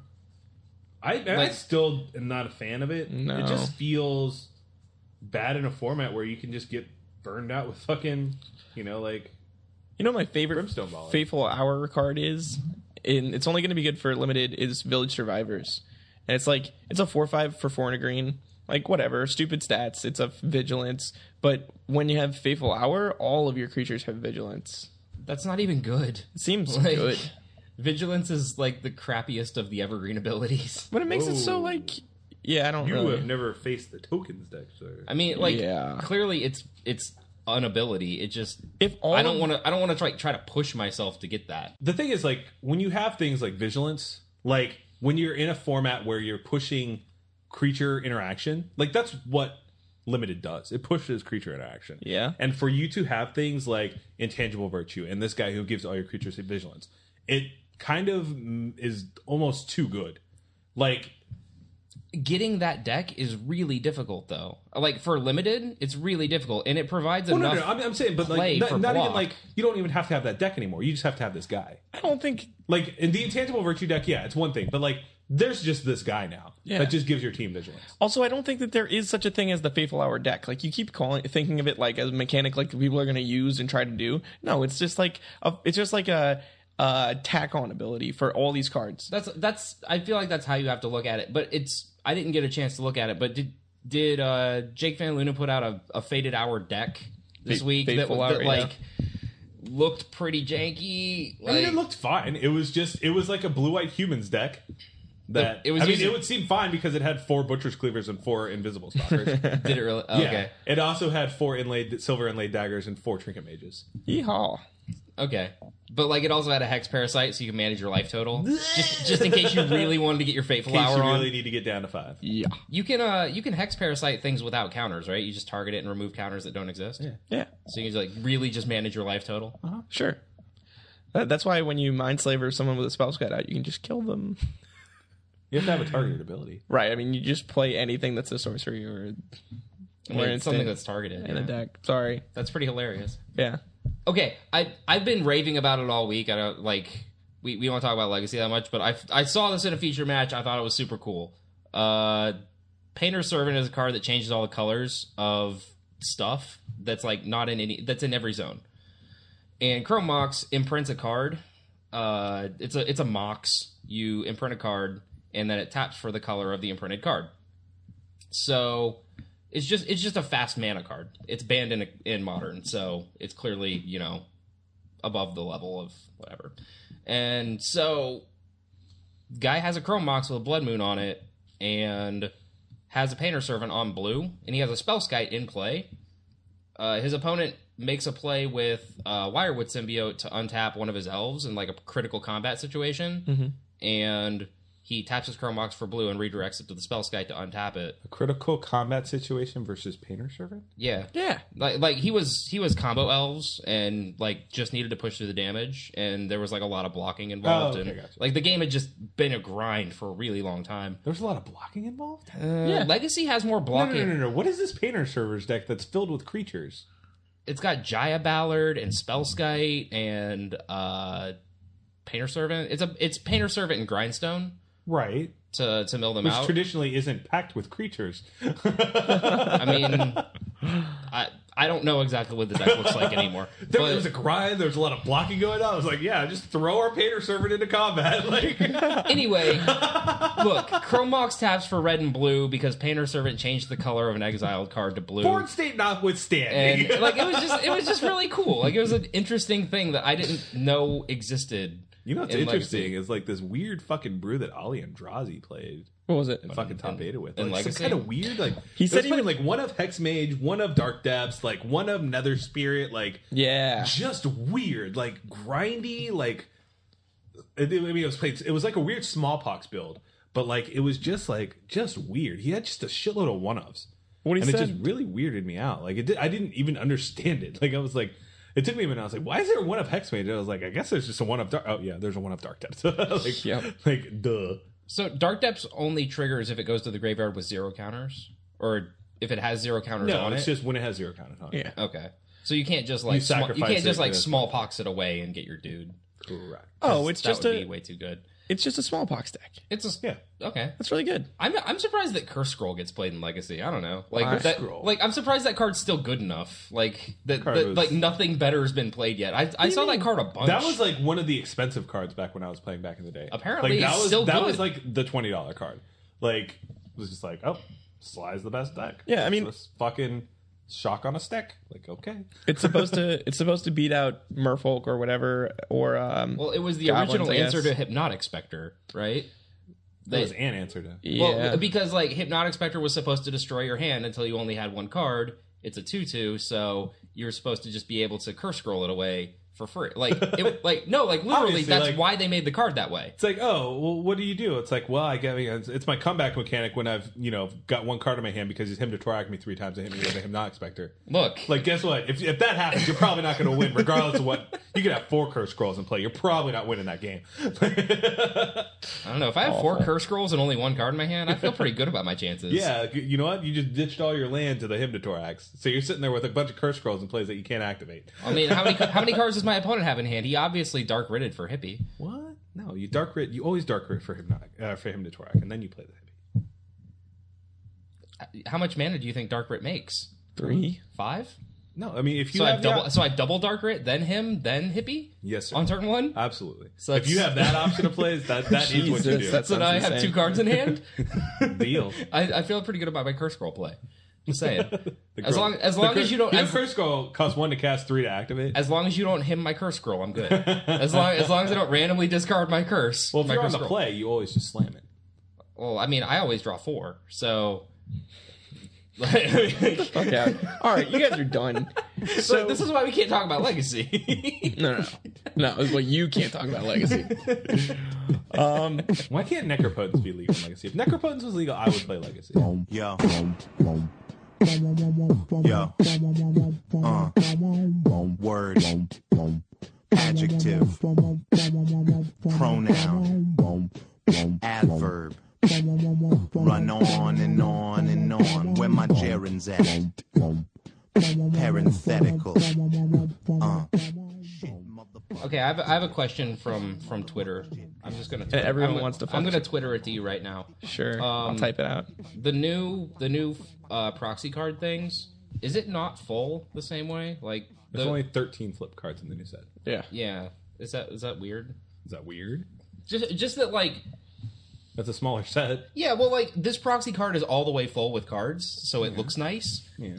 I, I Like- still am not a fan of it. No. It just feels bad in a format where you can just get burned out with fucking, you know, like You know what my favorite Brimstone Baller. Faithful Hour card is, and it's only going to be good for limited is Village Survivors, and it's like it's a four five for four and a green, like whatever stupid stats. It's a vigilance, but when you have Faithful Hour, all of your creatures have vigilance. that's not even good. It seems Like- good, Vigilance is like the crappiest of the evergreen abilities. but it makes it so Whoa. like yeah, I don't you really. have never faced the tokens deck, sir. I mean, like Yeah. clearly it's it's an ability. It just If all I don't of- want to I don't want to try try to push myself to get that. the thing is like when you have things like vigilance like when you're in a format where you're pushing creature interaction like that's what limited does it pushes creature interaction Yeah. and for you to have things like intangible virtue and this guy who gives all your creatures vigilance it kind of mm, is almost too good like Getting that deck is really difficult though. Like for limited, it's really difficult and it provides Oh, no, enough no, no, I'm, I'm saying, but play like, not, for not even block. like you don't even have to have that deck anymore. You just have to have this guy. I don't think Like in the intangible virtue deck, yeah, it's one thing, but like there's just this guy now Yeah. that just gives your team vigilance. Also, I don't think that there is such a thing as the faithful hour deck. Like you keep calling, thinking of it like as a mechanic, like people are going to use and try to do. No, it's just like a, it's just like a, uh tack on ability for all these cards. that's that's I feel like that's how you have to look at it. But it's I didn't get a chance to look at it. But did did uh, Jake Van Luna put out a, a faded hour deck this Fa- week that, Fateful that, Hour, yeah. like looked pretty janky? Like, I mean, it looked fine. It was just it was like a blue white humans deck. That The- it it was was. I mean, using- it would seem fine because it had four butcher's cleavers and four invisible stalkers. yeah. did it really? oh, Okay, It also had four inlaid silver inlaid daggers and four trinket mages. Yeehaw! okay. But like it also had a hex parasite, so you can manage your life total. just just in case you really wanted to get your fateful In case hour you on. really need to get down to five. Yeah, You can uh you can hex parasite things without counters, right? You just target it and remove counters that don't exist. yeah, So you can just like really just manage your life total. uh-huh. sure. That, that's why when you mind slaver someone with a spell scout out, you can just kill them. You have to have a targeted ability. Right? I mean, you just play anything that's a sorcery or, I mean, or it's something instant that's targeted. in yeah. a deck. Sorry. That's pretty hilarious. Yeah. okay i i've been raving about it all week i don't like we, we don't talk about legacy that much but i i saw this in a feature match i thought it was super cool uh painter servant is a card that changes all the colors of stuff that's like not in any that's in every zone and chromox imprints a card uh it's a it's a mox you imprint a card and then it taps for the color of the imprinted card so it's just it's just a fast mana card. It's banned in in modern, so it's clearly you know above the level of whatever. And so, guy has a Chrome Mox with a Blood Moon on it, and has a Painter Servant on blue, and he has a Spell Skite in play. Uh, his opponent makes a play with uh, Wirewood Symbiote to untap one of his elves in like a critical combat situation, and he taps his Chrome Mox for blue and redirects it to the Spell Skite to untap it. A critical combat situation versus painter servant. Yeah Yeah. like like he was he was combo elves and like just needed to push through the damage and there was like a lot of blocking involved Oh, okay, and gotcha. like the game had just been a grind for a really long time. There's a lot of blocking involved. yeah. Legacy has more no, no, blocking. no, no, no. What is this painter servers deck that's filled with creatures? It's got Jaya Ballard and Spellskite and uh Painter Servant. It's a it's Painter Servant and Grindstone Right, to to mill them which out. traditionally isn't packed with creatures. I mean I I don't know exactly what the deck looks like anymore. There but- was a grind. There was a lot of blocking going on. I was like, yeah, just throw our painter servant into combat. Like, Anyway, look, Chromox taps for red and blue because Painter Servant changed the color of an exiled card to blue. born state notwithstanding. and like it was just it was just really cool. Like it was an interesting thing that I didn't know existed. you know what's in interesting Legacy. is like this weird fucking brew that Ali Andrazi played What was it? and fucking top eight with. in Like, some Legacy? kind of weird. Like He it said was he playing, would- like one of Hex Mage, one of Dark Depths, like one of Nether Spirit. Like Yeah. just weird, like grindy, like it, it- I mean, it was played. It was like a weird smallpox build, but like it was just like just weird. He had just a shitload of one ofs, What he and said. it just really weirded me out. Like it, did, I didn't even understand it. Like I was like, it took me a minute. I was like, why is there a one up hex mage? I was like, I guess there's just a one up dark. Oh yeah, there's a one up dark depth. like, Yep. like duh. So dark depths only triggers if it goes to the graveyard with zero counters, or if it has zero counters No, on it's it. just when it has zero count on it. yeah. okay. So you can't just like sma- you, sacrifice can't just it, like yeah. smallpox it away and get your dude. Correct. Oh, it's that just would a be way too good. it's just a smallpox deck. It's a Yeah. okay. That's really good. I'm I'm surprised that Curse Scroll gets played in Legacy. I don't know. Like Curse that, Scroll. like I'm surprised that card's still good enough. Like that, Card that- was- like nothing better has been played yet. I, I saw that card a bunch. That was like one of the expensive cards back when I was playing back in the day. Apparently, like, that it's was still that good. was like the twenty dollar card. Like it was just like, oh, Sly's the best deck. Yeah, I mean- Just fucking shock on a stick. Like okay, It's supposed to it's supposed to beat out Merfolk or whatever or um well, it was the Goblins, original I guess. answer to Hypnotic Specter, right? that They- was an answer to. yeah. Well, because like Hypnotic Spectre was supposed to destroy your hand until you only had one card. It's a two-two, so you're supposed to just be able to curse scroll it away for free. Like, it, like no, like literally, Obviously, that's like- why they made the card that way. It's like, oh, well, what do you do? It's like, well, I get it's, it's my comeback mechanic when I've you know got one card in my hand because he's him to Torak me three times and hit me with a Hypnotic Specter. Look, Like, guess what? If, if that happens, you're probably not going to win, regardless of what. You could have four curse scrolls and play. You're probably not winning that game. I don't know if I have four curse scrolls and only one card in my hand, I feel pretty good about my chances. Yeah, g- you know what? You just ditched all your land to the Hymnatorax. So you're sitting there with a bunch of curse scrolls and plays that you can't activate. I mean, how many how many cards does my opponent have in hand? He obviously dark ridded for hippie. What? No, you dark rit. You always dark rit for Hypnotic, uh, for Hymnatorax, and then you play the Hymn. How much mana do you think dark rit makes? 3. Five. No, I mean if you So I have the double op- so I double dark rit, then him, then hippie. yes, sir. On turn one. absolutely. So if you that's- have that option of plays, that that is what you Jesus, do. that's so now I have insane. two cards in hand. deal. I, I feel pretty good about my curse scroll play. Just saying. as long as The long cur- as you don't your as, curse scroll costs one to cast, three to activate. as long as you don't him my curse scroll, I'm good. As long as long as I don't randomly discard my curse. well, if my you're on curse the scroll. play, you always just slam it. Well, I mean, I always draw four, so. Like, Yeah. All right, you guys are done. So this is why we can't talk about legacy. no, no, no. No, it's like you can't talk about legacy. Um, Why can't Necropotence be legal in Legacy? If Necropotence was legal, I would play Legacy. Yeah. Yeah. Uh. Word. Adjective. Pronoun. Adverb. Run on and on and on. Where my gerunds at? Parenthetical. Uh. Shit, motherfucker. okay, I have, I have a question from from Twitter. I'm just gonna. Twitter. everyone I'm, wants to I'm fuck- gonna Twitter it to you right now. Sure. I'll type it out. The new the new uh, proxy card things. Is it not full the same way? Like the There's only 13 flip cards in the new set. Yeah. yeah. Is that is that weird? Is that weird? Just just that like That's a smaller set. yeah. Well, like this proxy card is all the way full with cards, so it looks nice. Yeah.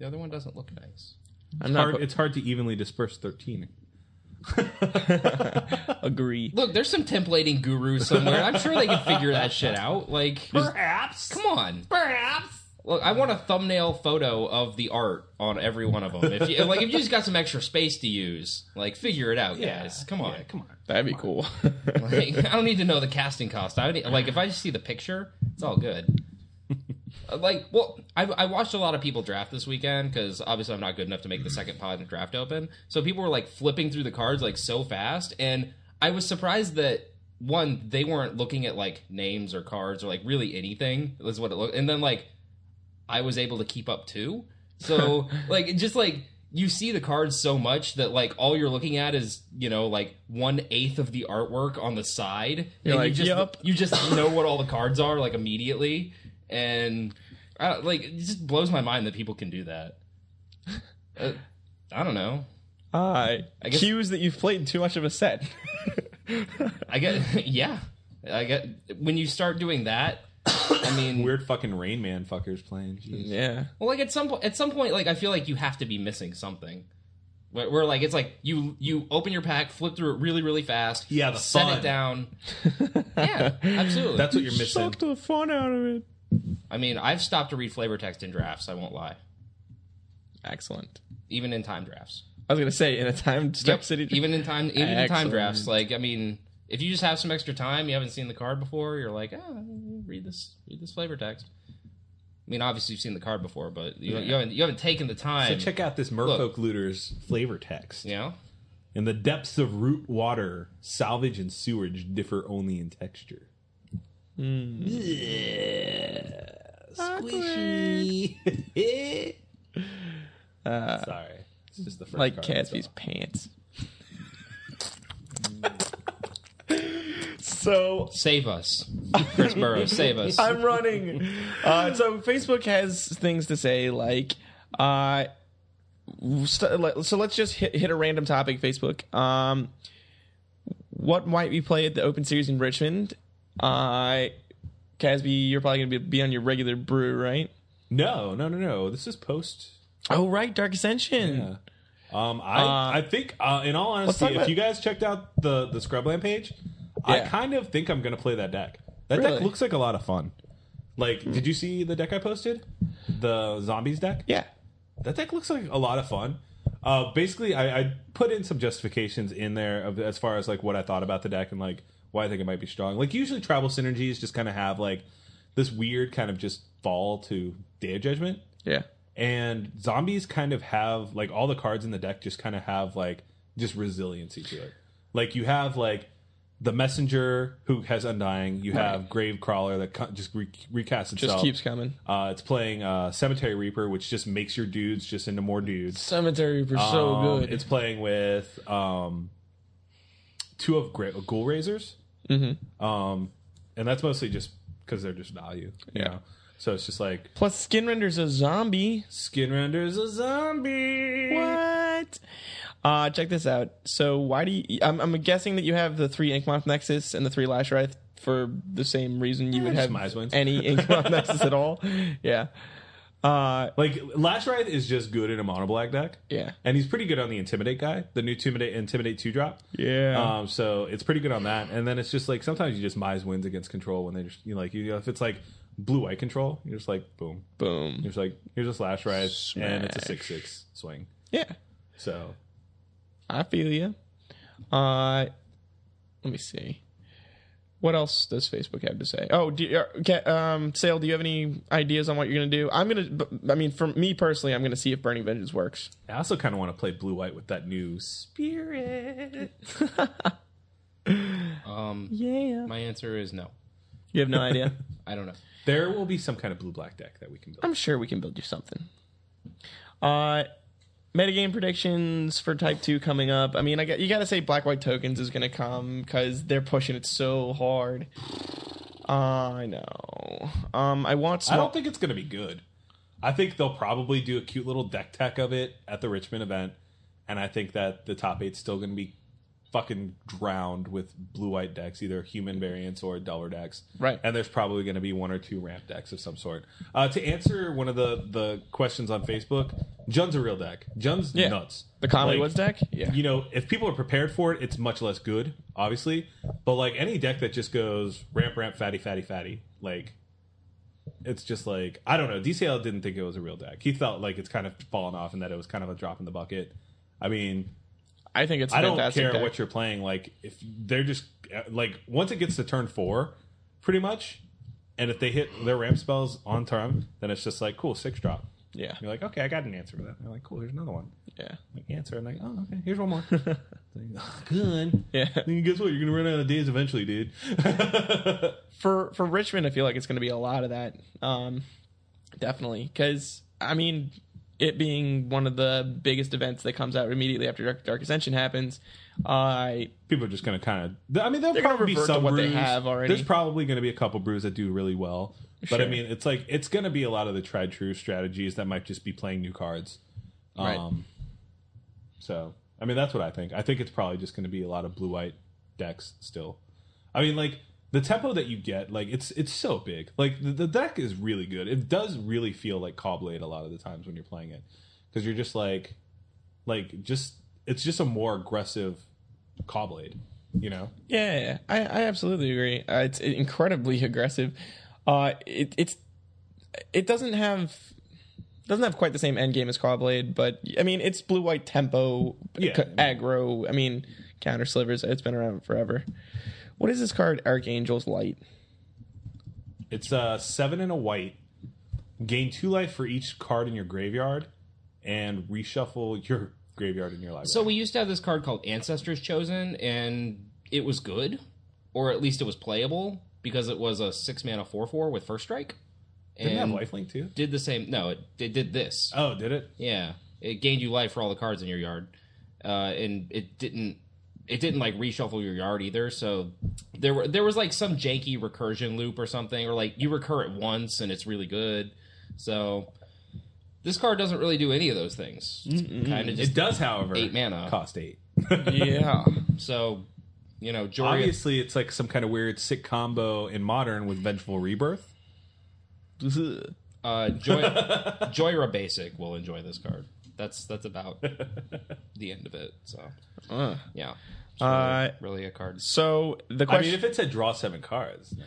The other one doesn't look nice. I'm not Hard, it's hard to evenly disperse 13. agree. Look, there's some templating gurus somewhere. I'm sure they can figure that shit out. Like, Perhaps. come on. Perhaps. Look, I want a thumbnail photo of the art on every one of them. If you, like, if you just got some extra space to use, like, figure it out, guys. Come on, come on. That'd be cool. I don't need to know the casting cost. I would, like if I just see the picture, it's all good. Uh, like, well, I, I watched a lot of people draft this weekend because obviously I'm not good enough to make the second pod and draft open. So people were like flipping through the cards like so fast, and I was surprised that one they weren't looking at like names or cards or like really anything. Was what it looked, and then like I was able to keep up too. So like it just like you see the cards so much that like all you're looking at is you know like one eighth of the artwork on the side. You're and like, you just "Yup." you just know what all the cards are like immediately, and I, don't- like it just blows my mind that people can do that. Uh, I don't know. Uh, guess- cues that you've played too much of a set. I get yeah. I get when you start doing that. I mean, Weird fucking Rain Man fuckers playing. Jeez. yeah. Well, like at some point, at some point, like I feel like you have to be missing something. Where, where like it's like you you open your pack, flip through it really really fast. Yeah, the set fun. it down. yeah, absolutely. That's what you're missing. Suck the fun out of it. I mean, I've stopped to read flavor text in drafts. I won't lie, Excellent. even in time drafts. I was gonna say in a time Step City. Even in time, even in time Excellent. drafts. Like I mean, if you just have some extra time, you haven't seen the card before, you're like, ah, read this, read this flavor text. I mean, obviously you've seen the card before, but you, you haven't you haven't taken the So time. check out this Merfolk Looters flavor text. you know, In the depths of root water, salvage and sewage differ only in texture. Hmm. Squishy. Sorry, it's just the first Uh, like card, Caspie's so. pants. so save us, Chris Burrows, save us. I'm running. Uh, so Facebook has things to say like, uh, st- le- so let's just hit, hit a random topic. Facebook, um, what might we play at the Open Series in Richmond? Uh, Casby, you're probably gonna be, be on your regular brew, right? No, no, no, no. This is post. Oh, right, Dark Ascension. Um, I I think uh, in all honesty, talk if about- you guys checked out the the Scrubland page, I Yeah. kind of think I'm gonna play that deck. That Really? deck looks like a lot of fun. Like, did you see the deck I posted? The zombies deck. Yeah. that deck looks like a lot of fun. Uh, basically, I, I put in some justifications in there of, as far as like what I thought about the deck and like why I think it might be strong. Like usually, tribal synergies just kind of have like this weird kind of just fall to Day of Judgment, Yeah. and zombies kind of have like all the cards in the deck just kind of have like just resiliency to it. Like you have like the messenger who has undying, you have grave crawler that co- just re- recasts Just itself, keeps coming. uh, it's playing uh, Cemetery Reaper, which just makes your dudes just into more dudes. Cemetery Reaper's Um, so good. It's playing with um, two of Gra- Ghoul Razors, mm-hmm. um, and that's mostly just because they're just value. You Yeah. know? So it's just like Plus, Skin Render's a zombie. Skin Render's a zombie. What? Uh, check this out. So why do you? I'm, I'm guessing that you have the three Inkmoth Nexus and the three Lashwraith for the same reason you would Eh, just have might as well. any Inkmoth Nexus at all. Yeah. Uh, Like Lashwraith is just good in a mono black deck. Yeah. And he's pretty good on the Intimidate guy, the new Intimidate Intimidate 2 drop. Yeah. Um so it's pretty good on that. And then it's just like sometimes you just mize wins against control when they just you know, like you know, if it's like blue white control, you're just like boom. boom. You're just like here's a Lashwraith and it's a 6/6 swing. Yeah. So I feel you. Uh, let me see. What else does Facebook have to say? Oh, do you, uh, ca- um, Sale, do you have any ideas on what you're going to do? I'm going to, I mean, for me personally, I'm going to see if Burning Vengeance works. I also kind of want to play blue white with that new spirit. Yeah. My answer is no. Um, You have no idea? I don't know. There will be some kind of blue black deck that we can build. I'm sure we can build you something. Uh, metagame predictions for Type Two coming up. I mean, I got, you got to say Black White Tokens is going to come because they're pushing it so hard. Uh, I know. Um, I want. I Small- don't think it's going to be good. I think they'll probably do a cute little deck tech of it at the Richmond event, and I think that the top eight's still going to be fucking drowned with blue white decks, either human variants or Delver decks. Right. And there's probably going to be one or two ramp decks of some sort. Uh, to answer one of the the questions on Facebook, Jun's a real deck. Jun's Yeah. nuts. The Conway Like, Woods deck? Yeah. You know, if people are prepared for it, it's much less good, obviously. But like any deck that just goes ramp, ramp, fatty, fatty, fatty, like it's just like I don't know. DCL didn't think it was a real deck. He felt like it's kind of fallen off and that it was kind of a drop in the bucket. I mean, I think it's. a I don't fantastic care deck. what you're playing. Like if they're just uh, like once it gets to turn four, pretty much, and if they hit their ramp spells on turn, then it's just like cool six drop. Yeah. You're like okay, I got an answer for that. I'm like cool. Here's another one. Yeah. Like answer. I'm like oh okay. Here's one more. Good. Yeah. Then guess what? You're gonna run out of days eventually, dude. For for Richmond, I feel like it's going to be a lot of that. Um, definitely, because I mean, it being one of the biggest events that comes out immediately after Dark, Dark Ascension happens, I people are just going to kind of. I mean, there'll They're gonna probably be revert to some what they brews. have already. There's probably going to be a couple brews that do really well, but I Sure. mean, it's like it's going to be a lot of the tried true strategies that might just be playing new cards. Um, Right. So, I mean, that's what I think. I think it's probably just going to be a lot of blue white decks still. I mean, like the tempo that you get, like it's it's so big. Like the, the deck is really good. It does really feel like Cobblade a lot of the times when you're playing it, because you're just like, like just it's just a more aggressive Cobblade. You know, Yeah, yeah, I, I absolutely agree. Uh, it's incredibly aggressive. Uh, it, it's it doesn't have doesn't have quite the same end game as Cobblade, but I mean it's blue white tempo Yeah. c- aggro. I mean counter slivers. It's been around forever. What is this card? Archangel's Light. it's uh seven and a white. gain two life for each card in your graveyard, and reshuffle your graveyard in your library. So we used to have this card called Ancestors Chosen, and it was good, or at least it was playable because it was a six mana four four with first strike. didn't it have and lifelink too. Did the same? No, it, it did this. Oh, did it? Yeah, it gained you life for all the cards in your yard, uh, and it didn't. It didn't like reshuffle your yard either. So there were there was like some janky recursion loop or something, or like you recur it once and it's really good. So this card doesn't really do any of those things. Kind of just It does, however, Eight mana. cost eight. Yeah. So, you know, Jory. Obviously, it's like some kind of weird sick combo in modern with Vengeful Rebirth. Uh, Joy, Joyra Basic will enjoy this card. That's that's about the end of it. So, yeah, It's really, Uh, really a card. So the I mean, question. if it said draw seven cards, no.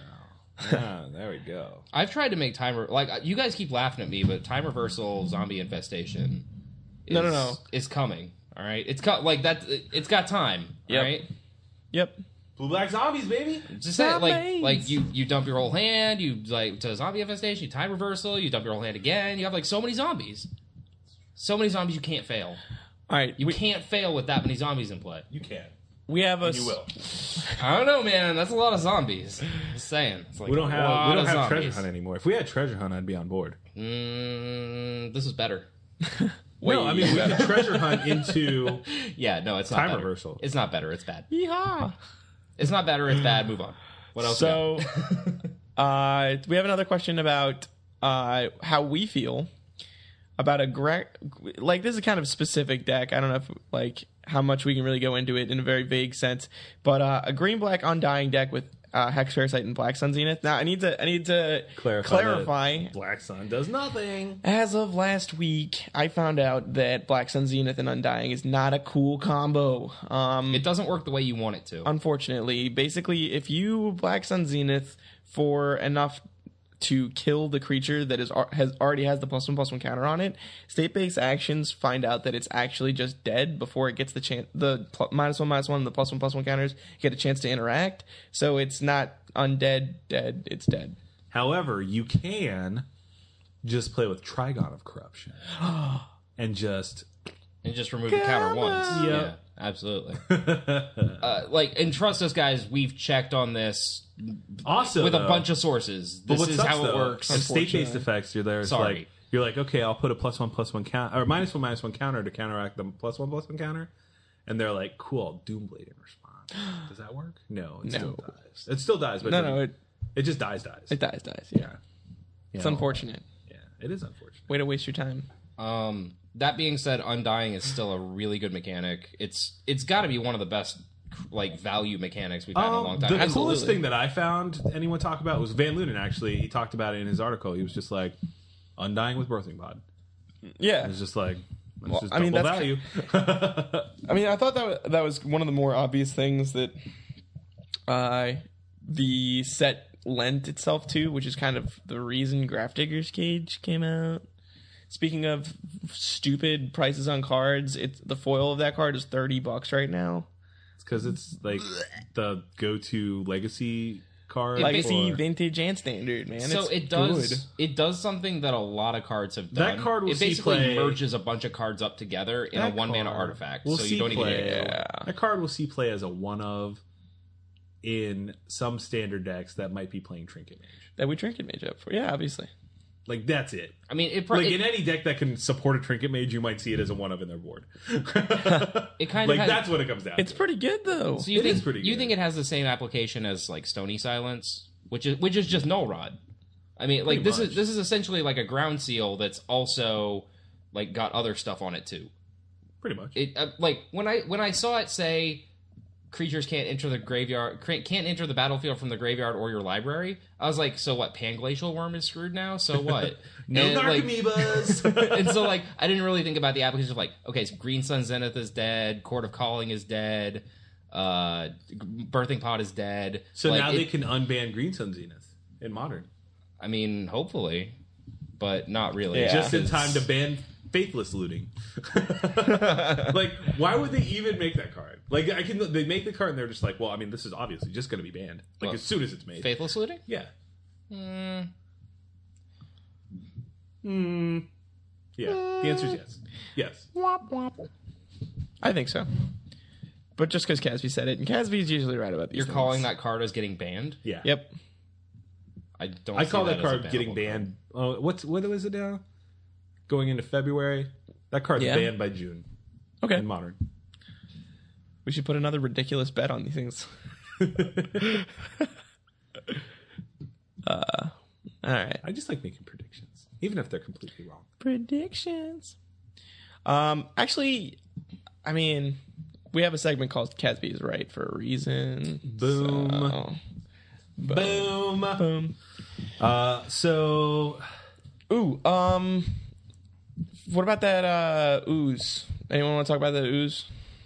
Ah, there we go. I've tried to make time re- like you guys keep laughing at me, but time reversal zombie infestation. Is, No, no, no. is coming. All right, it's got like that. It's got time. all Yep. right? yep. Blue black zombies, baby. Just say it, like Zombies. like you you dump your whole hand. You like to zombie infestation. You time reversal. You dump your whole hand again. You have like so many zombies, so many zombies you can't fail. All right. You We, can't fail with that many zombies in play. You can. we have a. You will. I don't know, man. That's a lot of zombies. Just saying. It's like We don't a have. lot We don't of have treasure zombies. hunt anymore. If we had treasure hunt, I'd be on board. Mm, this is better. no, I mean we could treasure hunt into. Yeah, no, it's not Time better. reversal. It's not better. It's bad. Yeehaw. It's not better. It's bad. Move on. What else? we So, uh, we have another question about uh, how we feel about a gre- like this is kind of specific deck. I don't know if like how much we can really go into it in a very vague sense, but uh, a green black undying deck with uh, hex parasite and black sun zenith. Now I need to I need to Clarify clarify Black Sun does nothing. as of last week, I found out that Black Sun Zenith and Undying is not a cool combo. Um, got? it doesn't work the way you want it Um, to. unfortunately. Basically, if you Black Sun Zenith for enough to kill the creature that is has already has the plus one plus one counter on it, state based actions find out that it's actually just dead before it gets the chance the pl- minus one minus one and the plus one plus one counters get a chance to interact. So it's not undead dead. It's dead. However, you can just play with Trigon of Corruption and just and just remove the counter once. Yeah, absolutely. uh, like, and trust us, guys. We've checked on this also with a though, bunch of sources. uh, But This what is sucks, how it though, works. on state-based effects, you're there. It's Sorry. like you're like, okay, I'll put a plus one plus one count or minus one minus one counter to counteract the plus one plus one counter, and they're like, cool, I'll Doomblade in response. Does that work? No, it still dies. It still dies, but No, it, no, it it just dies, dies. it dies dies. Yeah, it's unfortunate. Yeah, it is unfortunate. Way to waste your time. Um, that being said, Undying is still a really good mechanic. It's it's got to be one of the best like value mechanics we've had in a long Um, the time. coolest Absolutely. thing that I found anyone talk about was Van Loonen. Actually, he talked about it in his article. He was just like, "Undying with Birthing Pod." Yeah, It's just like, it's just I mean, double that's- value. I mean, I thought that wa- that was one of the more obvious things that uh, the set lent itself to, which is kind of the reason Graph Digger's Cage came out. Speaking of stupid prices on cards, it's the foil of that card is thirty bucks right now. because it's like the go-to legacy card. Legacy, for- vintage, and standard, man. so It's it does good. it does something that a lot of cards have done. That card will it see basically play- merges a bunch of cards up together in That a one mana card artifact, will so see you don't play. even need to kill it. Yeah. That card will see play as a one of in some standard decks that might be playing Trinket Mage. that we trinket mage up for. Yeah, obviously. Like that's it. I mean, it Like probably in it, any deck that can support a Trinket Mage, you might see it as a one of in their board. it kind like of has, that's what it comes down. It's to. pretty good though. so you it think is pretty you good. think it has the same application as like Stony Silence, which is which is just Null Rod. I mean, like this much. is this is essentially like a ground seal that's also like got other stuff on it too. pretty much. it uh, like when I when I saw it say creatures can't enter the graveyard cra- can't enter the battlefield from the graveyard or your library. I was like, so what? Panglacial worm is screwed now. So what? no and, dark like, amoebas. and so like I didn't really think about the application of like okay, so Green Sun Zenith is dead, Court of Calling is dead, uh, Birthing Pod is dead. so Like, now it- they can unban Green Sun Zenith in modern, I mean, hopefully, but not really. Yeah. just in because- time to ban Faithless Looting. like, why would they even make that card? Like, I can they make the card and they're just like, well, I mean, this is obviously just going to be banned. Well, Like Hmm. as soon as it's made, Faithless looting. yeah. Hmm. Yeah, the answer is yes. Yes. I think so. But just because Casby said it, and Casby's usually right about these. You're things. calling that card as getting banned? Yeah. Yep. I don't. I see call that, as a card getting bannable banned. Oh, what's what was it now? Going into February, that card's Yeah. banned by June Okay. in modern. We should put another ridiculous bet on these things. uh, all right. I just like making predictions, even if they're completely wrong. Predictions. Um, actually, I mean, we have a segment called Casby's Right for a reason. Boom. So- Boom. Boom. Uh, so Ooh, um, what about that uh, ooze? Anyone want to talk about that ooze?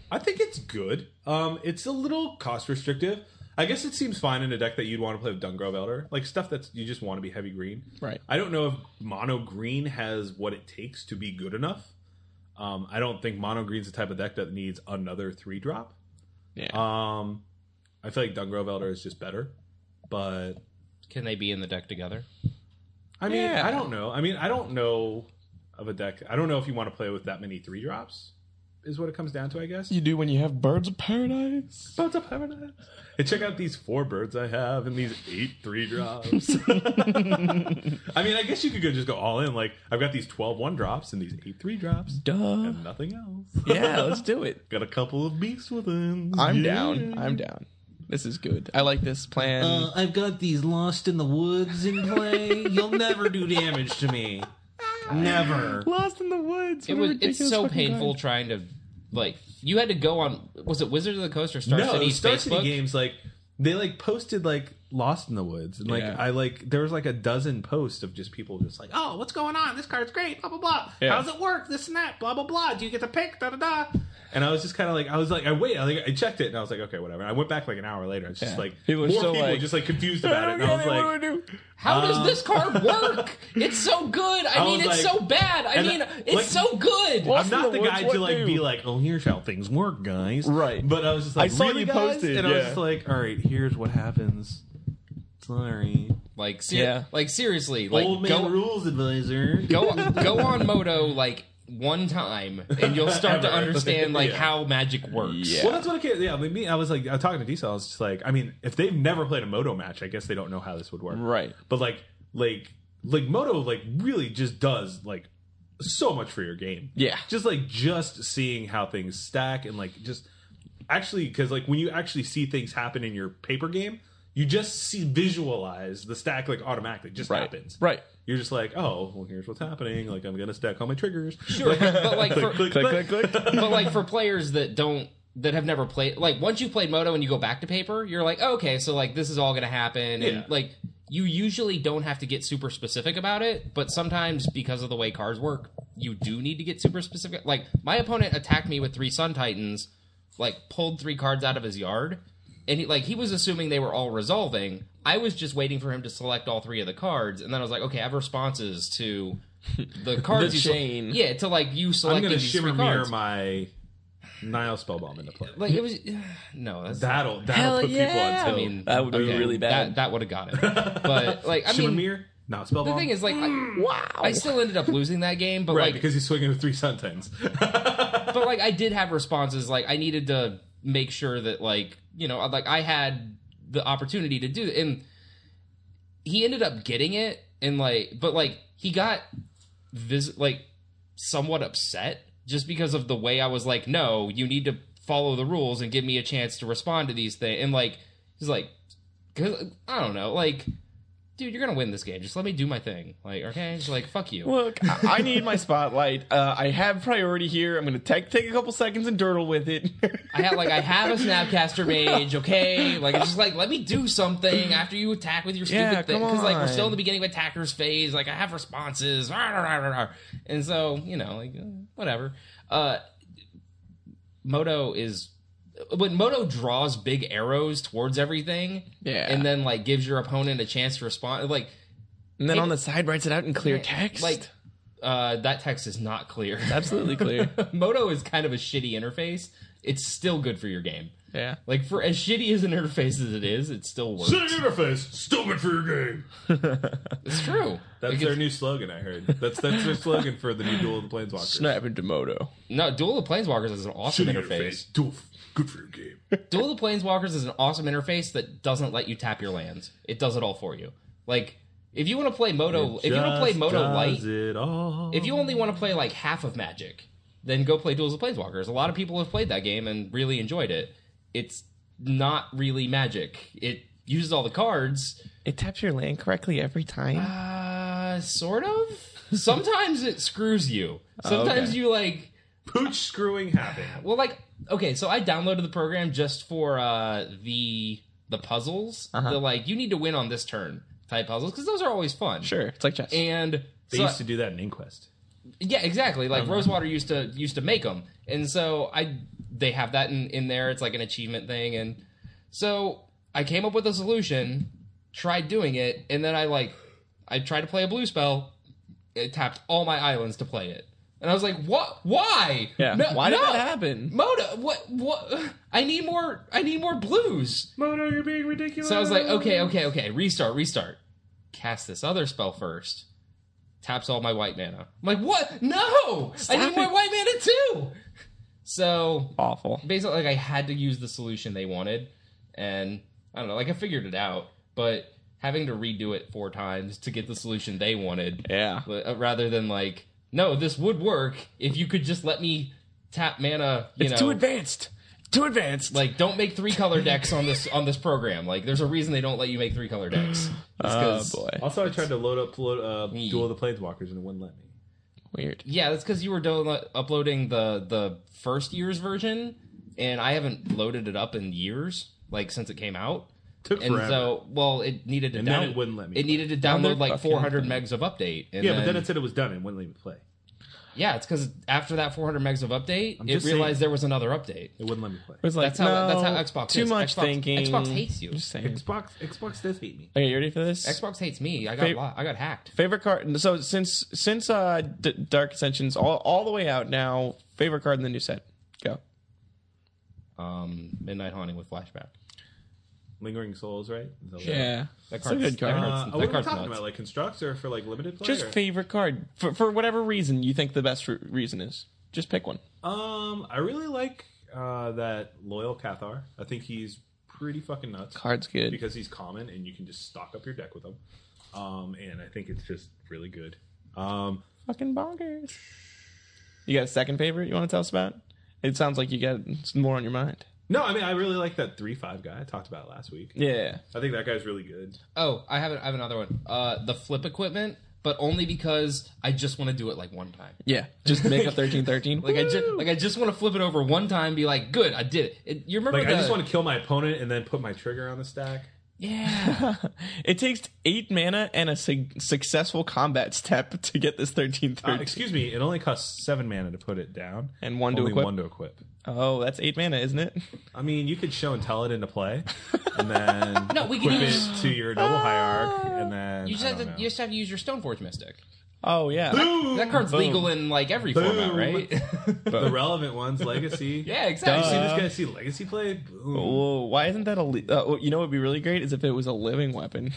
I think it's good. Um, it's a little cost restrictive. I guess it seems fine in a deck that you'd want to play with Dungrove Elder, like stuff that's you just want to be heavy green. Right. I don't know if mono green has what it takes to be good enough. Um, I don't think mono green's the type of deck that needs another three drop. Yeah. Um, I feel like Dungrove Elder is just better, but card. Can they be in the deck together? I mean, Yeah. I don't know. I mean, I don't know of a deck. I don't know if you want to play with that many three drops. Is what it comes down to, I guess. you do when you have birds of paradise. Birds of paradise. And check out these four birds I have and these eight three drops. I mean, I guess you could go just go all in. Like, I've got these 12 one drops and these eight three drops Duh. and nothing else. Yeah, let's do it. got a couple of beasts within. I'm Yeah. down. I'm down. This is good. I like this plan. Uh, I've got these lost in the woods in play. You'll never do damage to me. Never. Lost in the woods. It What a was. It's ridiculous so fucking painful card. trying to like. You had to go on. Was it Wizards of the Coast or Star no, City's Star Facebook? City games like they like posted like Lost in the Woods and like Yeah. I like there was like a dozen posts of just people just like oh what's going on this card's great blah blah blah Yeah. how does it work this and that blah blah blah do you get to pick da da da and I was just kind of like I was like I wait I, like, I checked it and I was like okay whatever and I went back like an hour later it's just Yeah. like People are more still people like, just like confused I about it don't and I was get it. like what do I do? How does this card work? it's so good. I, Uh, I mean, was it's like- so bad. I and, mean, uh, it's like- so good. What? I'm not the, What's in the guy woods? to What like do? be like, oh, here's how things work, guys. Right. But I was just like, I saw really, you guys?" posted, and I was yeah. just like, all right, here's what happens. Sorry, Like, ser- Yeah. like seriously, like old man go rules advisor. go go on Moto like one time, and you'll start to Ever. understand like Yeah. how magic works. Yeah. Well, that's what I can. Yeah, I mean, me, I was like, I was talking to Diesel. I was just like, I mean, if they've never played a moto match, I guess they don't know how this would work, Right. But like, like, like moto, like really just does like so much for your game. Yeah. just like just seeing how things stack and like just actually because like when you actually see things happen in your paper game, you just see visualize the stack like automatically It just Right. happens. Right. You're just like, oh, well, here's what's happening. Like, I'm gonna stack all my triggers. Sure, but like for, click, Click, click, click. but like for players that don't that have never played like once you played moto and you go back to paper you're like oh, okay so like this is all gonna happen Yeah. and like you usually don't have to get super specific about it but sometimes because of the way cards work you do need to get super specific like my opponent attacked me with three sun titans like pulled three cards out of his yard and he, like he was assuming they were all resolving i was just waiting for him to select all three of the cards and then i was like okay i have responses to the cards you sele- chain. yeah to like you I'm selecting gonna these three shimmer mirror cards my Nile spellbomb into play. like it was no that's That'll that'll Hell put yeah. I people on mean That would be really bad. That, that would have got it. But like I Shimmer mean, mirror, Nile spellbomb. the thing is like I, wow, I still ended up losing that game, but right like because he's swinging with three sun tens. but like I did have responses. Like I needed to make sure that like you know like I had the opportunity to do it, and he ended up getting it, and like but like he got vis like somewhat upset just because of the way I was like, no, you need to follow the rules and give me a chance to respond to these things, and like he's like, cause I don't know, like. Dude, you're gonna win this game. Just let me do my thing. Like, okay, just like fuck you. Look, I, I need my spotlight. Uh, I have priority here. I'm gonna take take a couple seconds and dirtle with it. I have like I have a Snapcaster mage, okay? Like it's just like let me do something after you attack with your stupid Yeah, thing come because like we're still in on. the beginning of attackers phase. Like I have responses, rah, rah, rah, rah, rah. and so you know like uh, whatever. Uh, Moto is when Moto draws big arrows towards everything, Yeah. and then like gives your opponent a chance to respond. Like and then on the side, writes it out in clear text. like uh, that text is not clear. absolutely clear. Moto is kind of a shitty interface. It's still good for your game. Yeah. Like for as shitty as an interface as it is, it still works. interface, stupid for your game. It's true. That's Like, their it's- new slogan. I heard. That's that's their slogan for the new Duel of the Planeswalkers. Snap into Moto. no Duel of the Planeswalkers is an awesome interface. Duel, good for your game. Duel of the Planeswalkers is an awesome interface that doesn't let you tap your lands. It does it all for you. Like if you want to play Moto, if you want to play Moto Light, if you only want to play like half of Magic, then go play Duels of Planeswalkers. A lot of people have played that game and really enjoyed it. It's not really Magic. It uses all the cards. It taps your land correctly every time. Uh, sort of. Sometimes it screws you. Sometimes okay. you like pooch screwing happened. well like okay, so I downloaded the program just for uh the the puzzles. Uh-huh. The like you need to win on this turn type puzzles because those are always fun. Sure, it's like chess. And They so- used to Uh-huh. do that in Inquest. Yeah, exactly. Like Rosewater used to used to make them, and so I they have that in in there. It's like an achievement thing, and so I came up with a solution, tried doing it, and then I like I tried to play a blue spell. It tapped all my islands to play it, and I was like, "What? Why? Yeah. Why did no. that happen? Moda? What? What? I need more. I need more blues." Moto, you're being ridiculous. So I was like, okay, okay, okay, restart, restart. Cast this other spell first. Taps all my white mana. I'm like, what? No! I Stop need my it. white mana too! So Awful. basically, like, I had to use the solution they wanted, and I don't know, like, I figured it out, but having to redo it four times to get the solution they wanted, Yeah. li- uh, rather than like, no, this would work if you could just let me tap mana. You know, advanced. Too advanced. like don't make three color decks on this on this program like there's a reason they don't let you make three color decks It's Ah, 'cause- oh boy. Also, I tried to load up load, uh, Duel of the Planeswalkers and it wouldn't let me. Weird. yeah that's because you were do- uploading the the first year's version and i haven't loaded it up in years like since it came out Took and forever. so well it needed to And down- then it wouldn't let me it needed to they're download like fucking 400 megs of update and yeah, but then it said it was done and wouldn't let me play. yeah it's because after that 400 megs of update it just realized saying- there was another update It wouldn't let me play. It was like, That's how- that's how no, Xbox Too is. much Xbox- thinking. Xbox hates you. Just saying. Xbox Xbox does hate me. Okay, you ready for this? xbox hates me i got Fav- lo- i got hacked Favorite card. So since since uh, D- Dark Ascension's all all the way out now, favorite card in the new set. Go. um midnight haunting with flashback Lingering Souls, right? Is that what- that It's a card's, good that card. card's- Uh, that what are we card's talking nuts. about? Like constructs or for like limited play? Just or- favorite card for for whatever reason you think the best re- reason is. Just pick one. um, I really like uh, that loyal Cathar. I think he's pretty fucking nuts. Card's good. because he's common and you can just stock up your deck with him. Um, and I think it's just really good. Um, Fucking bonkers. You got a second favorite you want to tell us about? It sounds like you got some more on your mind. no, I mean I really like that three five guy I talked about last week. Yeah. I think that guy's really good. Oh, I have, I have another one. Uh, the flip equipment, but only because I just want to do it like one time. Yeah. Just make a thirteen thirteen. Like I just like I just want to flip it over one time, and be like, good, I did it. it you remember? Like the, I just want to kill my opponent and then put my trigger on the stack. yeah, It takes eight mana and a su- successful combat step to get this thirteen Uh, thirteen. excuse me, it only costs seven mana to put it down And one to Only equip? One to equip. Oh, that's eight mana, isn't it? I mean, you could show and tell it into play, and then No, we equip can use- it to your noble hierarch, and then you just I have to don't know. you just have to use your Stoneforge Mystic. Oh yeah. That card's legal in like every format, Boom. right? the relevant ones, legacy. yeah, You exactly. see this guy see legacy play? Boom. Whoa, why isn't that a? Le- uh, well, you know, what would be really great is if it was a living weapon.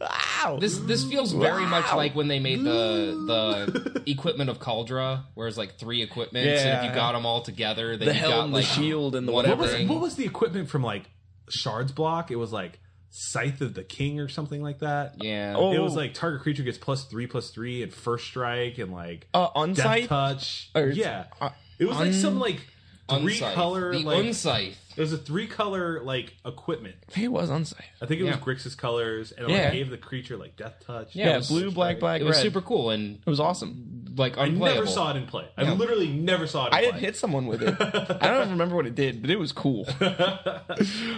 wow. This this feels very much like when they made the the equipment of Cauldra, where it's like three equipments, and if Yeah. you got them all together, then the you got helm, like the shield, and the whatever. whatever. What was, Bang. what was the equipment from like Shards Block? It was like Scythe of the King or something like that. yeah. Oh. It was like target creature gets plus three plus three and first strike and like Uh, death Unsight. touch. Or it's- uh, yeah, it was like some like three Unscythe. color the like Unscythe. it was a three color like equipment. It was Unsight. I think it Yeah. was Grix's colors and it Yeah. like, gave the creature like death touch. Yeah, it Yeah, was blue, black, black, It was red. super cool and It was awesome. like I unplayable. never saw it in play. I literally never saw it. In I didn't play. hit someone with it. I don't even remember what it did, but it was cool.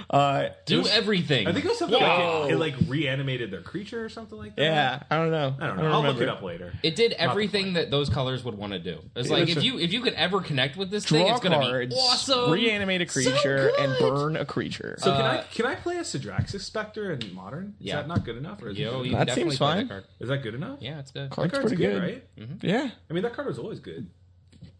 Uh, Do everything. I think it was something like Whoa. it, it like reanimated their creature or something like that. yeah, I don't know. I don't know. I'll remember. look it up later. It did everything that those colors would want to do. It's like if you if you could ever connect with this thing, Draw it's gonna cards, be awesome. reanimate a So creature, and good. burn a creature. Uh, So can I can I play a Sidraxis Spectre in modern? Is Yeah. that not good enough? Or is, it Yo, good you can enough? That definitely seems play fine. That card. is that good enough? Yeah, it's good. that Card's card's pretty Mm. good, good. right? Yeah. I mean, that card was always good.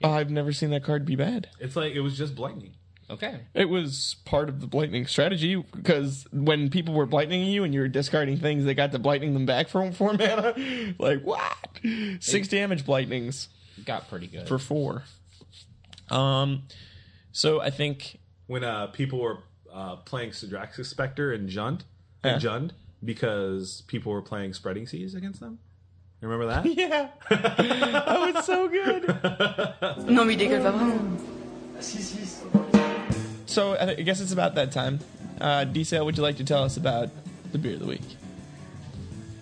I've never seen that card be bad. It's like it was just blightning. Okay. It was part of the blightning strategy because when people were blightning you and you were discarding things, they got to blightning them back for four mana. Like what? Six damage blightnings Got pretty good. for four. Um, so I think when uh, people were uh, playing Sidraxis Spectre and Jund, and Yeah. Jund because people were playing Spreading Seas against them. You Remember that? yeah, oh, it's so good. Non, mais il dégueule pas vraiment. So I, thi- I guess it's about that time. Uh, Disa, would you like to tell us about the beer of the week?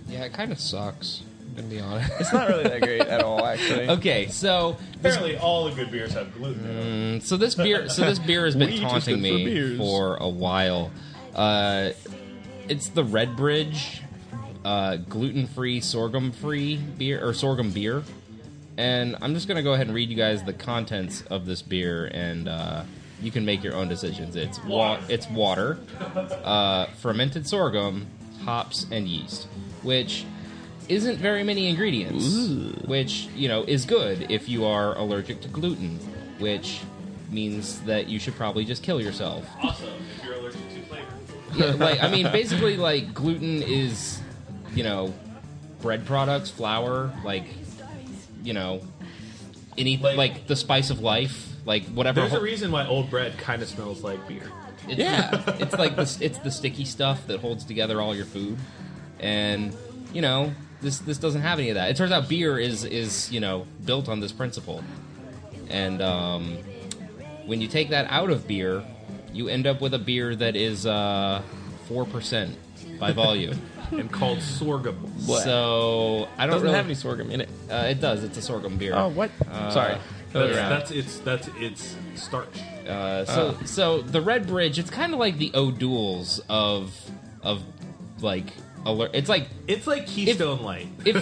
Yeah, it kind of sucks. I'm gonna be honest. It's not really that great at all, actually. okay, so this, Apparently, all the good beers have gluten. in them. Mm, so this beer so this beer has been Wheat is taunting good for me beers. for a while. Uh, it's the Red Bridge uh, gluten-free, sorghum-free beer or sorghum beer. And I'm just gonna go ahead and read you guys the contents of this beer, and uh, you can make your own decisions. It's wa- it's water, uh, fermented sorghum, hops, and yeast, which isn't very many ingredients, which you know is good if you are allergic to gluten, which means that you should probably just kill yourself. Also, if you're allergic to flavor, Yeah, like I mean, basically, like gluten is, you know, bread products, flour, like, you know, any Like- like, the spice of life, like whatever. there's a reason why old bread kind of smells like beer. it's, Yeah. it's like the, it's the sticky stuff that holds together all your food, and you know, this this doesn't have any of that. It turns out beer is is you know built on this principle, and um, when you take that out of beer, you end up with a beer that is uh, four percent by volume. and called sorghum. So I don't Doesn't really. have any sorghum in it. uh, it does. It's a sorghum beer. Uh, Oh, what? Sorry. That's- That's, Yeah. that's its that's its starch. Uh, so so the Red Bridge. It's kind of like the O'Douls of of like alert. It's like It's like Keystone Light. if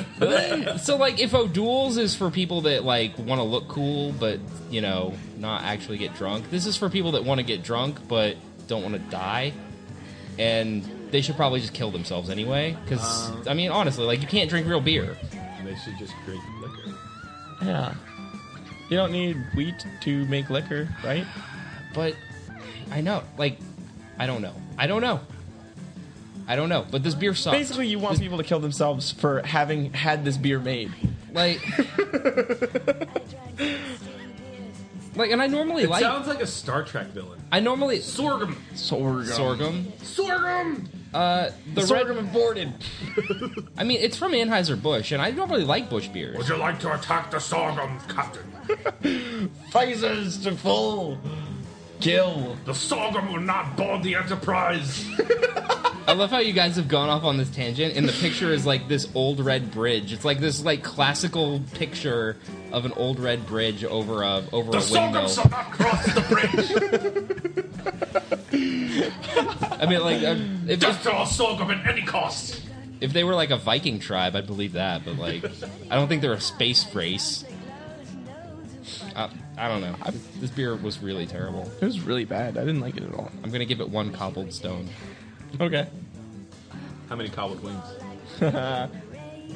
so like if O'Douls is for people that like want to look cool but you know not actually get drunk. This is for people that want to get drunk but don't want to die, and they should probably just kill themselves anyway. Because I mean, honestly, like you can't drink real beer. they should just drink liquor. Yeah. You don't need wheat to make liquor, right? but I know, like, I don't know, I don't know, I don't know. But this beer sucks. Basically, you want people to kill themselves for having had this beer made. like, like, and I normally It like, sounds like a Star Trek villain. I normally Sorghum, Sorghum. sorghum. sorghum. Uh, the Sorghum red. aborted. I mean, it's from Anheuser Busch, and I normally like Busch beers. you like to attack the sorghum, Captain? Pfizer's to full. Kill. The sorghum will not board the Enterprise. I love how you guys have gone off on this tangent, and the picture is like this old red bridge. It's like this like classical picture of an old red bridge over a over a windmill. not cross the bridge. I mean, like, uh, if, if all sorghum at any cost. If they were like a Viking tribe, I'd believe that, but like, I don't think they're a space race. I, I don't know. this beer was really terrible. It was really bad. I didn't like it at all. I'm gonna give it one cobbled stone. Okay. How many cobbled wings?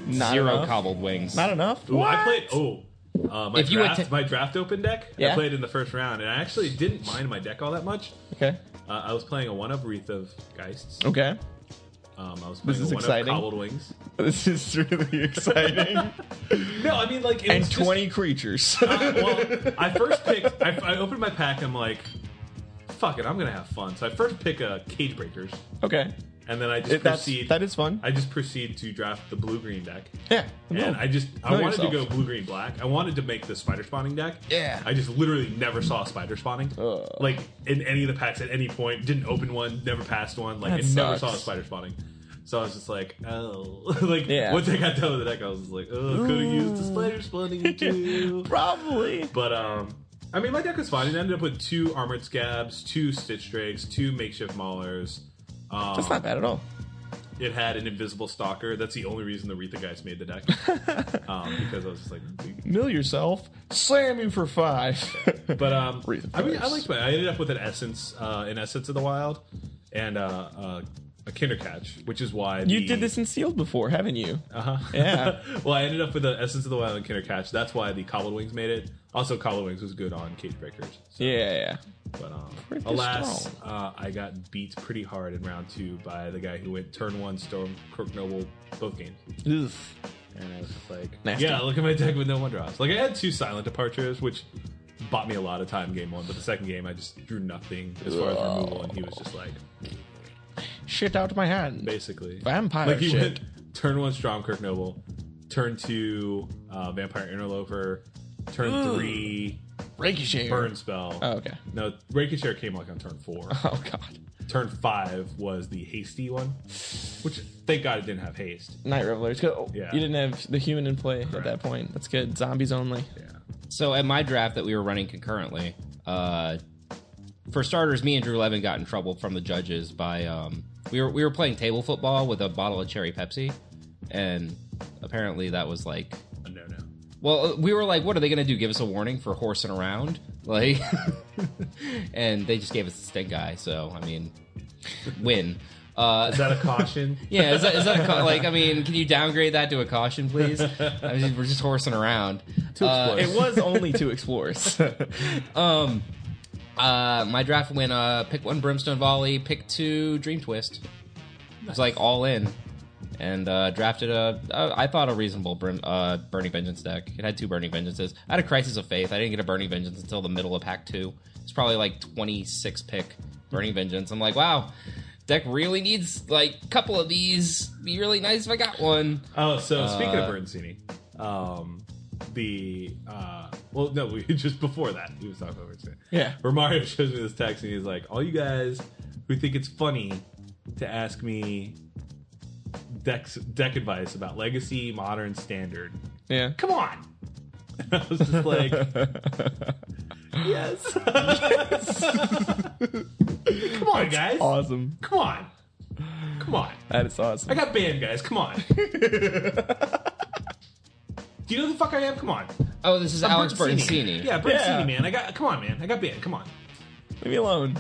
Not Zero enough. cobbled wings. Not enough. Ooh, I What? played. Oh, uh, my If you draft, atta- my draft open deck. I Yeah? played in the first round, and I actually didn't mind my deck all that much. Okay. Uh, I was playing a one of wreath of geists. Okay. Um, I was Oh. This playing is a one exciting. of cobbled wings. This is really exciting. No, I mean like it and was just- 20 creatures. Uh, well, I first picked. I, I opened my pack. I'm like, fuck it, I'm gonna have fun. So I first pick a cage breakers, okay. and then I just It, that's, proceed. that is fun. I just proceed to draft the blue green deck. yeah. And I just I Know wanted to go yourself. blue green black. I wanted to make the spider spawning deck. Yeah. I just literally never saw spider spawning. Like in any of the packs at any point. Didn't open one, never passed one. Like I That never sucks. saw a spider spawning. So I was just like, oh, like Yeah. once I got done with the deck, I was just like, oh, could have used the spider spawning too. Probably. but um, I mean, my deck was fine. It ended up with two armored scabs, two stitch drakes, two makeshift maulers. Um, That's not bad at all. it had an invisible stalker. That's the only reason the Retha guys made the deck. um, because I was just like, Mill yourself. Slam you for five. but um, Wreath of I mean, I Fires. liked my. I ended up with an essence, uh, an essence of the wild, and uh, uh, a Kinder Catch, which is why You the- did this in sealed before, haven't you? Uh-huh. Yeah. well, I ended up with the Essence of the Wild and Kinder Catch. That's why the Cobbled Wings made it. Also, Cobbled Wings was good on Cage Breakers. So, Yeah, yeah. But um, Pretty alas, strong. uh, I got beat pretty hard in round two by the guy who went turn one Storm Crook Noble both games. yeah. Oof. And I was just like, Nasty. yeah, look at my deck with no one drops. Like I had two silent departures, which bought me a lot of time game one, but the second game I just drew nothing as far as removal, and he was just like, Shit out of my hand. basically Vampire Like he shit. went turn one Stromkirk Noble, turn two uh, Vampire Interloper, turn three Reiki share. Burn Spell. Oh, okay. No, Reiki Share came like on turn four. Oh god. turn five was the hasty one, which thank God it didn't have haste. Night Revelers. Go. Oh, Yeah. You didn't have the human in play at that point. That's good. Zombies only. Yeah. So at my draft that we were running concurrently, uh, for starters, me and Drew Levin got in trouble from the judges by um, we were we were playing table football with a bottle of cherry Pepsi, and apparently that was like. A no no. Well, uh, we were like, "What are they going to do? Give us a warning for horsing around?" Like, and they just gave us the stink eye. So, I mean, win. Uh, Is that a caution? yeah, is that, is that a ca- like? I mean, can you downgrade that to a caution, please? I mean, we're just horsing around. Uh, explore. It was only two explorers. Um, Uh, my draft went uh, pick one Brimstone Volley, pick two Dream Twist. It was like all in, and uh, drafted a uh, I thought a reasonable Brim, uh, Burning Vengeance deck. It had two Burning Vengeances. I had a Crisis of Faith. I didn't get a Burning Vengeance until the middle of pack two. It's probably like twenty six pick Burning Vengeance. I'm like, wow, deck really needs like a couple of these. Be really nice if I got one. Oh, so speaking of Bernsini, um, the uh, well, no, we just before that he was talking about Bernsini. Yeah. where Mario shows me this text and he's like, "All you guys who think it's funny to ask me deck deck advice about Legacy, Modern, Standard, yeah. come on." And I was just like, "Yes, come on, guys, Awesome. come on, come on." That is awesome. I got banned, guys. Come on. Do you know who the fuck I am? Come on. Oh, this is I'm Alex Bertancini. Bertancini. Yeah, Bertancini, Yeah. man. I got. Come on, man. I got banned. Come on. Leave me alone.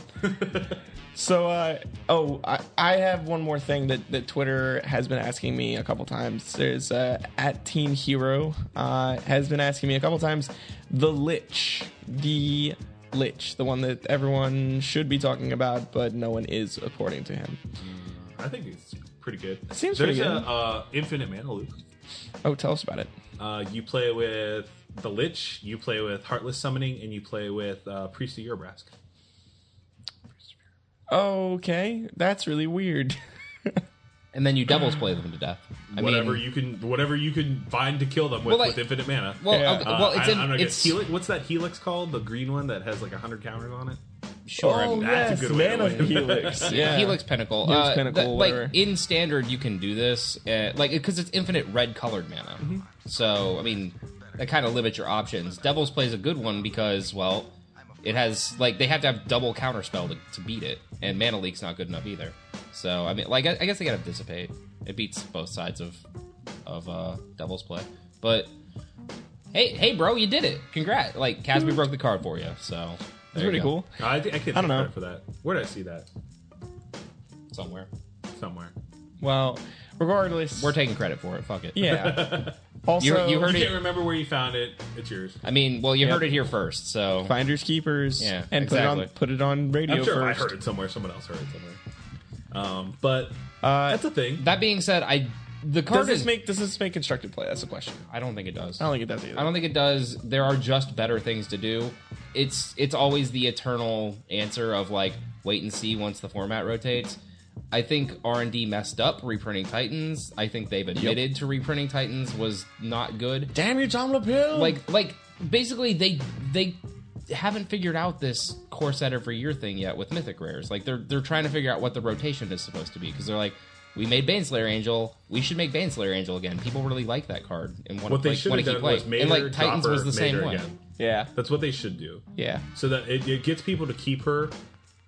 so, uh, oh, I, I have one more thing that, that Twitter has been asking me a couple times. There's uh, at Teen Hero uh, has been asking me a couple times. The Lich, the Lich, the one that everyone should be talking about, but no one is, according to him. I think it's pretty good. Seems There's pretty good. a uh, infinite mana loop. Oh, tell us about it. Uh, you play with the Lich. You play with Heartless Summoning, and you play with uh, Priest of Eurobrask. Okay, that's really weird. and then you doubles play them to death. I Whatever mean, you can, whatever you can find to kill them with, Well, like- with infinite mana. well, Yeah. okay, Uh, well, it's I, in, I'm not it's helix. What's that helix called? The green one that has like hundred counters on it. sure. I mean, that's a good way to Man of live. Helix. Yeah. Helix Pinnacle. Helix uh, Pinnacle, the- whatever. like in standard, you can do this, uh, like because it's infinite red colored mana. Mm-hmm. So I mean, that kind of limits your options. Devils plays a good one because well, it has like they have to have double counterspell to, to beat it, and mana leak's not good enough either. So I mean, like I, I guess they gotta dissipate. It beats both sides of of uh, Devils play, but. Hey, hey, bro! You did it! Congrats! Like Casby broke the card for you, so That's pretty cool. I, thi- I can't. I take don't know. credit for that. Where did I see that? Somewhere Somewhere. Well, regardless, we're taking credit for it. Fuck it. yeah. Also, You- you heard You it- can't remember where you found it. It's yours. I mean, well, you heard it here first, so finders keepers Yeah, and exactly. put it on put it on radio I'm sure first. if I heard it somewhere. Someone else heard it somewhere. Um, but Uh, that's a thing. That being said, I the does card this is. make does this make constructed play? That's the question. I don't think it does. I don't think it does either. I don't think it does. There are just better things to do. It's it's always the eternal answer of like wait and see once the format rotates. I think R and D messed up reprinting Titans. I think they've admitted to reprinting Titans was not good. Damn you, Tom LaPill! Like like basically they they haven't figured out this core set every year thing yet with mythic rares. Like they're they're trying to figure out what the rotation is supposed to be because they're like we made Baneslayer Angel. We should make Baneslayer Angel again. People really like that card and want what they to should like, have keep done was playing. major, And like Titans dropper, was the same major way. Again. yeah, That's what they should do. yeah. So that it, it gets people to keep her.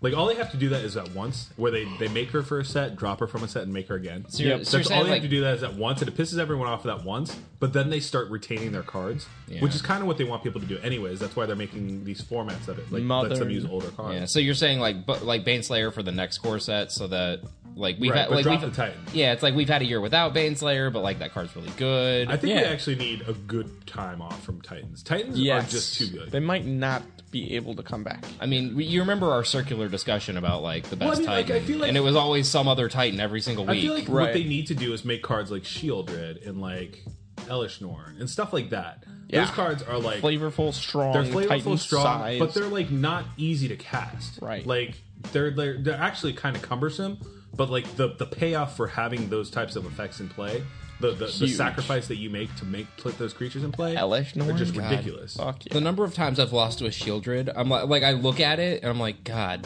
Like all they have to do that is at once, where they they make her for a set, drop her from a set, and make her again. So you're, Yep. so you're That's all saying they like have to do that is at once, and it pisses everyone off that once. But then they start retaining their cards, Yeah. which is kind of what they want people to do, anyways. That's why they're making these formats of it, like lets them Modern. use older cards. yeah. So you're saying like but like Baneslayer for the next core set so that Like we've Right, had but like drop we've, the Titan. Yeah, it's like we've had a year without Baneslayer, but like that card's really good. I think Yeah. we actually need a good time off from Titans. Titans Yes. are just too good. They might not be able to come back. I mean, we, you remember our circular discussion about like the best Well, I mean, like, Titan, I feel like- and it was always some other Titan every single week. I feel like Right. what they need to do is make cards like Shieldred and like Elishnorn and stuff like that. Yeah. Those cards are like Flavorful, strong, they're flavorful, Titan strong, size. but they're like not easy to cast. Right. Like they're they're, they're actually kind of cumbersome, but like the the payoff for having those types of effects in play. The, the, the Huge. sacrifice that you make to make put those creatures in play Elishnorn? are just God. ridiculous. Fuck yeah. the number of times I've lost to a Shieldred, I'm like, like I look at it and I'm like, God,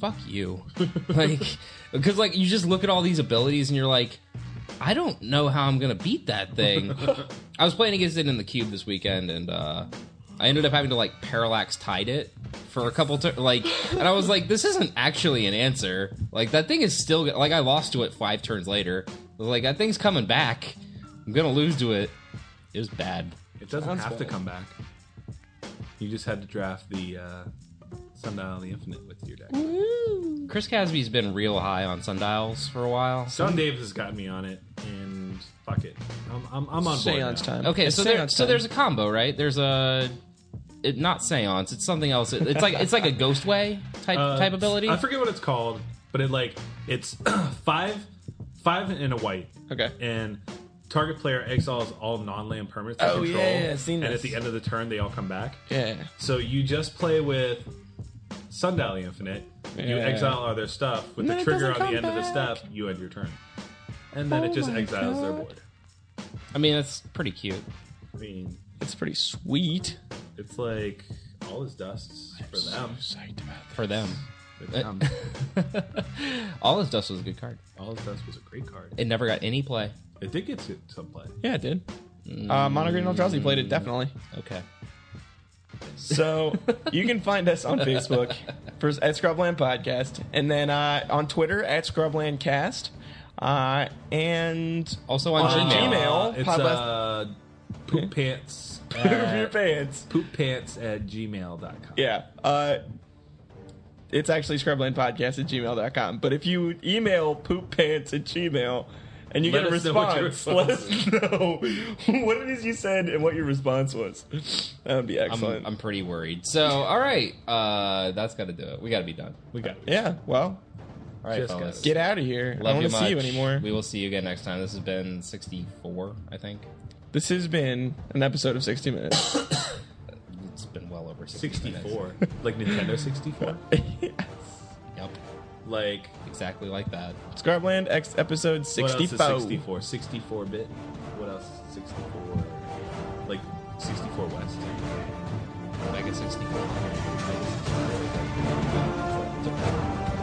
fuck you, like, because like you just look at all these abilities and you're like, I don't know how I'm gonna beat that thing. I was playing against it in the cube this weekend and uh, I ended up having to like parallax tide it for a couple turns, like, and I was like, this isn't actually an answer. Like that thing is still like I lost to it five turns later. I was like that thing's coming back. I'm gonna lose to it. It was bad. It doesn't Sounds have to bad. come back. You just had to draft the uh, Sundial of the Infinite with your deck. Mm-hmm. Chris Casby's been real high on sundials for a while. John Davis has got me on it, and fuck it, I'm, I'm, I'm on board Seance now. time. Okay, It's so there, seance so time. there's a combo, right? There's a it, not seance. It's something else. It- it's like it's like a ghost way type Uh, type ability. I forget what it's called, but it like it's five, five and a white, Okay. and target player exiles all non-land permanents they Oh, control, yeah, yeah, I've seen and at this. the end of the turn they all come back. Yeah. So you just play with Sundial the Infinite. You Yeah. exile all their stuff with No, the it trigger on doesn't the end come of the back. step. You end your turn, and then Oh it just my exiles their God. board. I mean, that's pretty cute. I mean, It's pretty sweet. it's like all his dusts for them. Psyched about For them, For them. all his dust was a good card. all his dust was a great card. It never got any play. It did get to some play. Yeah, it did. Uh, Monogreen Eldrazi played it definitely. Okay, So you can find us on Facebook for, at Scrubland Podcast, and then uh, on Twitter at Scrubland Cast, uh, and also on On Gmail. Gmail. it's Podless- uh, poop pants. Poop your pants. Poop pants at gmail.com. Yeah. Uh, it's actually scrublandpodcast at gmail.com. But if you email pooppants at gmail and you Let get a us know what your response, let us know what it is you said and what your response was. That would be excellent. I'm, I'm pretty worried. So, all right, uh, that's got to do it. We got to be done. We got it. yeah, well, All right, Just fellas. got it. get out of here. I Love don't you want to see you much. anymore. We will see you again next time. This has been 64, I think. This has been an episode of 60 Minutes. It's been well over 60 minutes. 64. like Nintendo 64. Yep, like, exactly like that. Scrubland X episode what else is 64. 64? 64 bit. What else is 64? Like, 64 West. Mega 64. Like,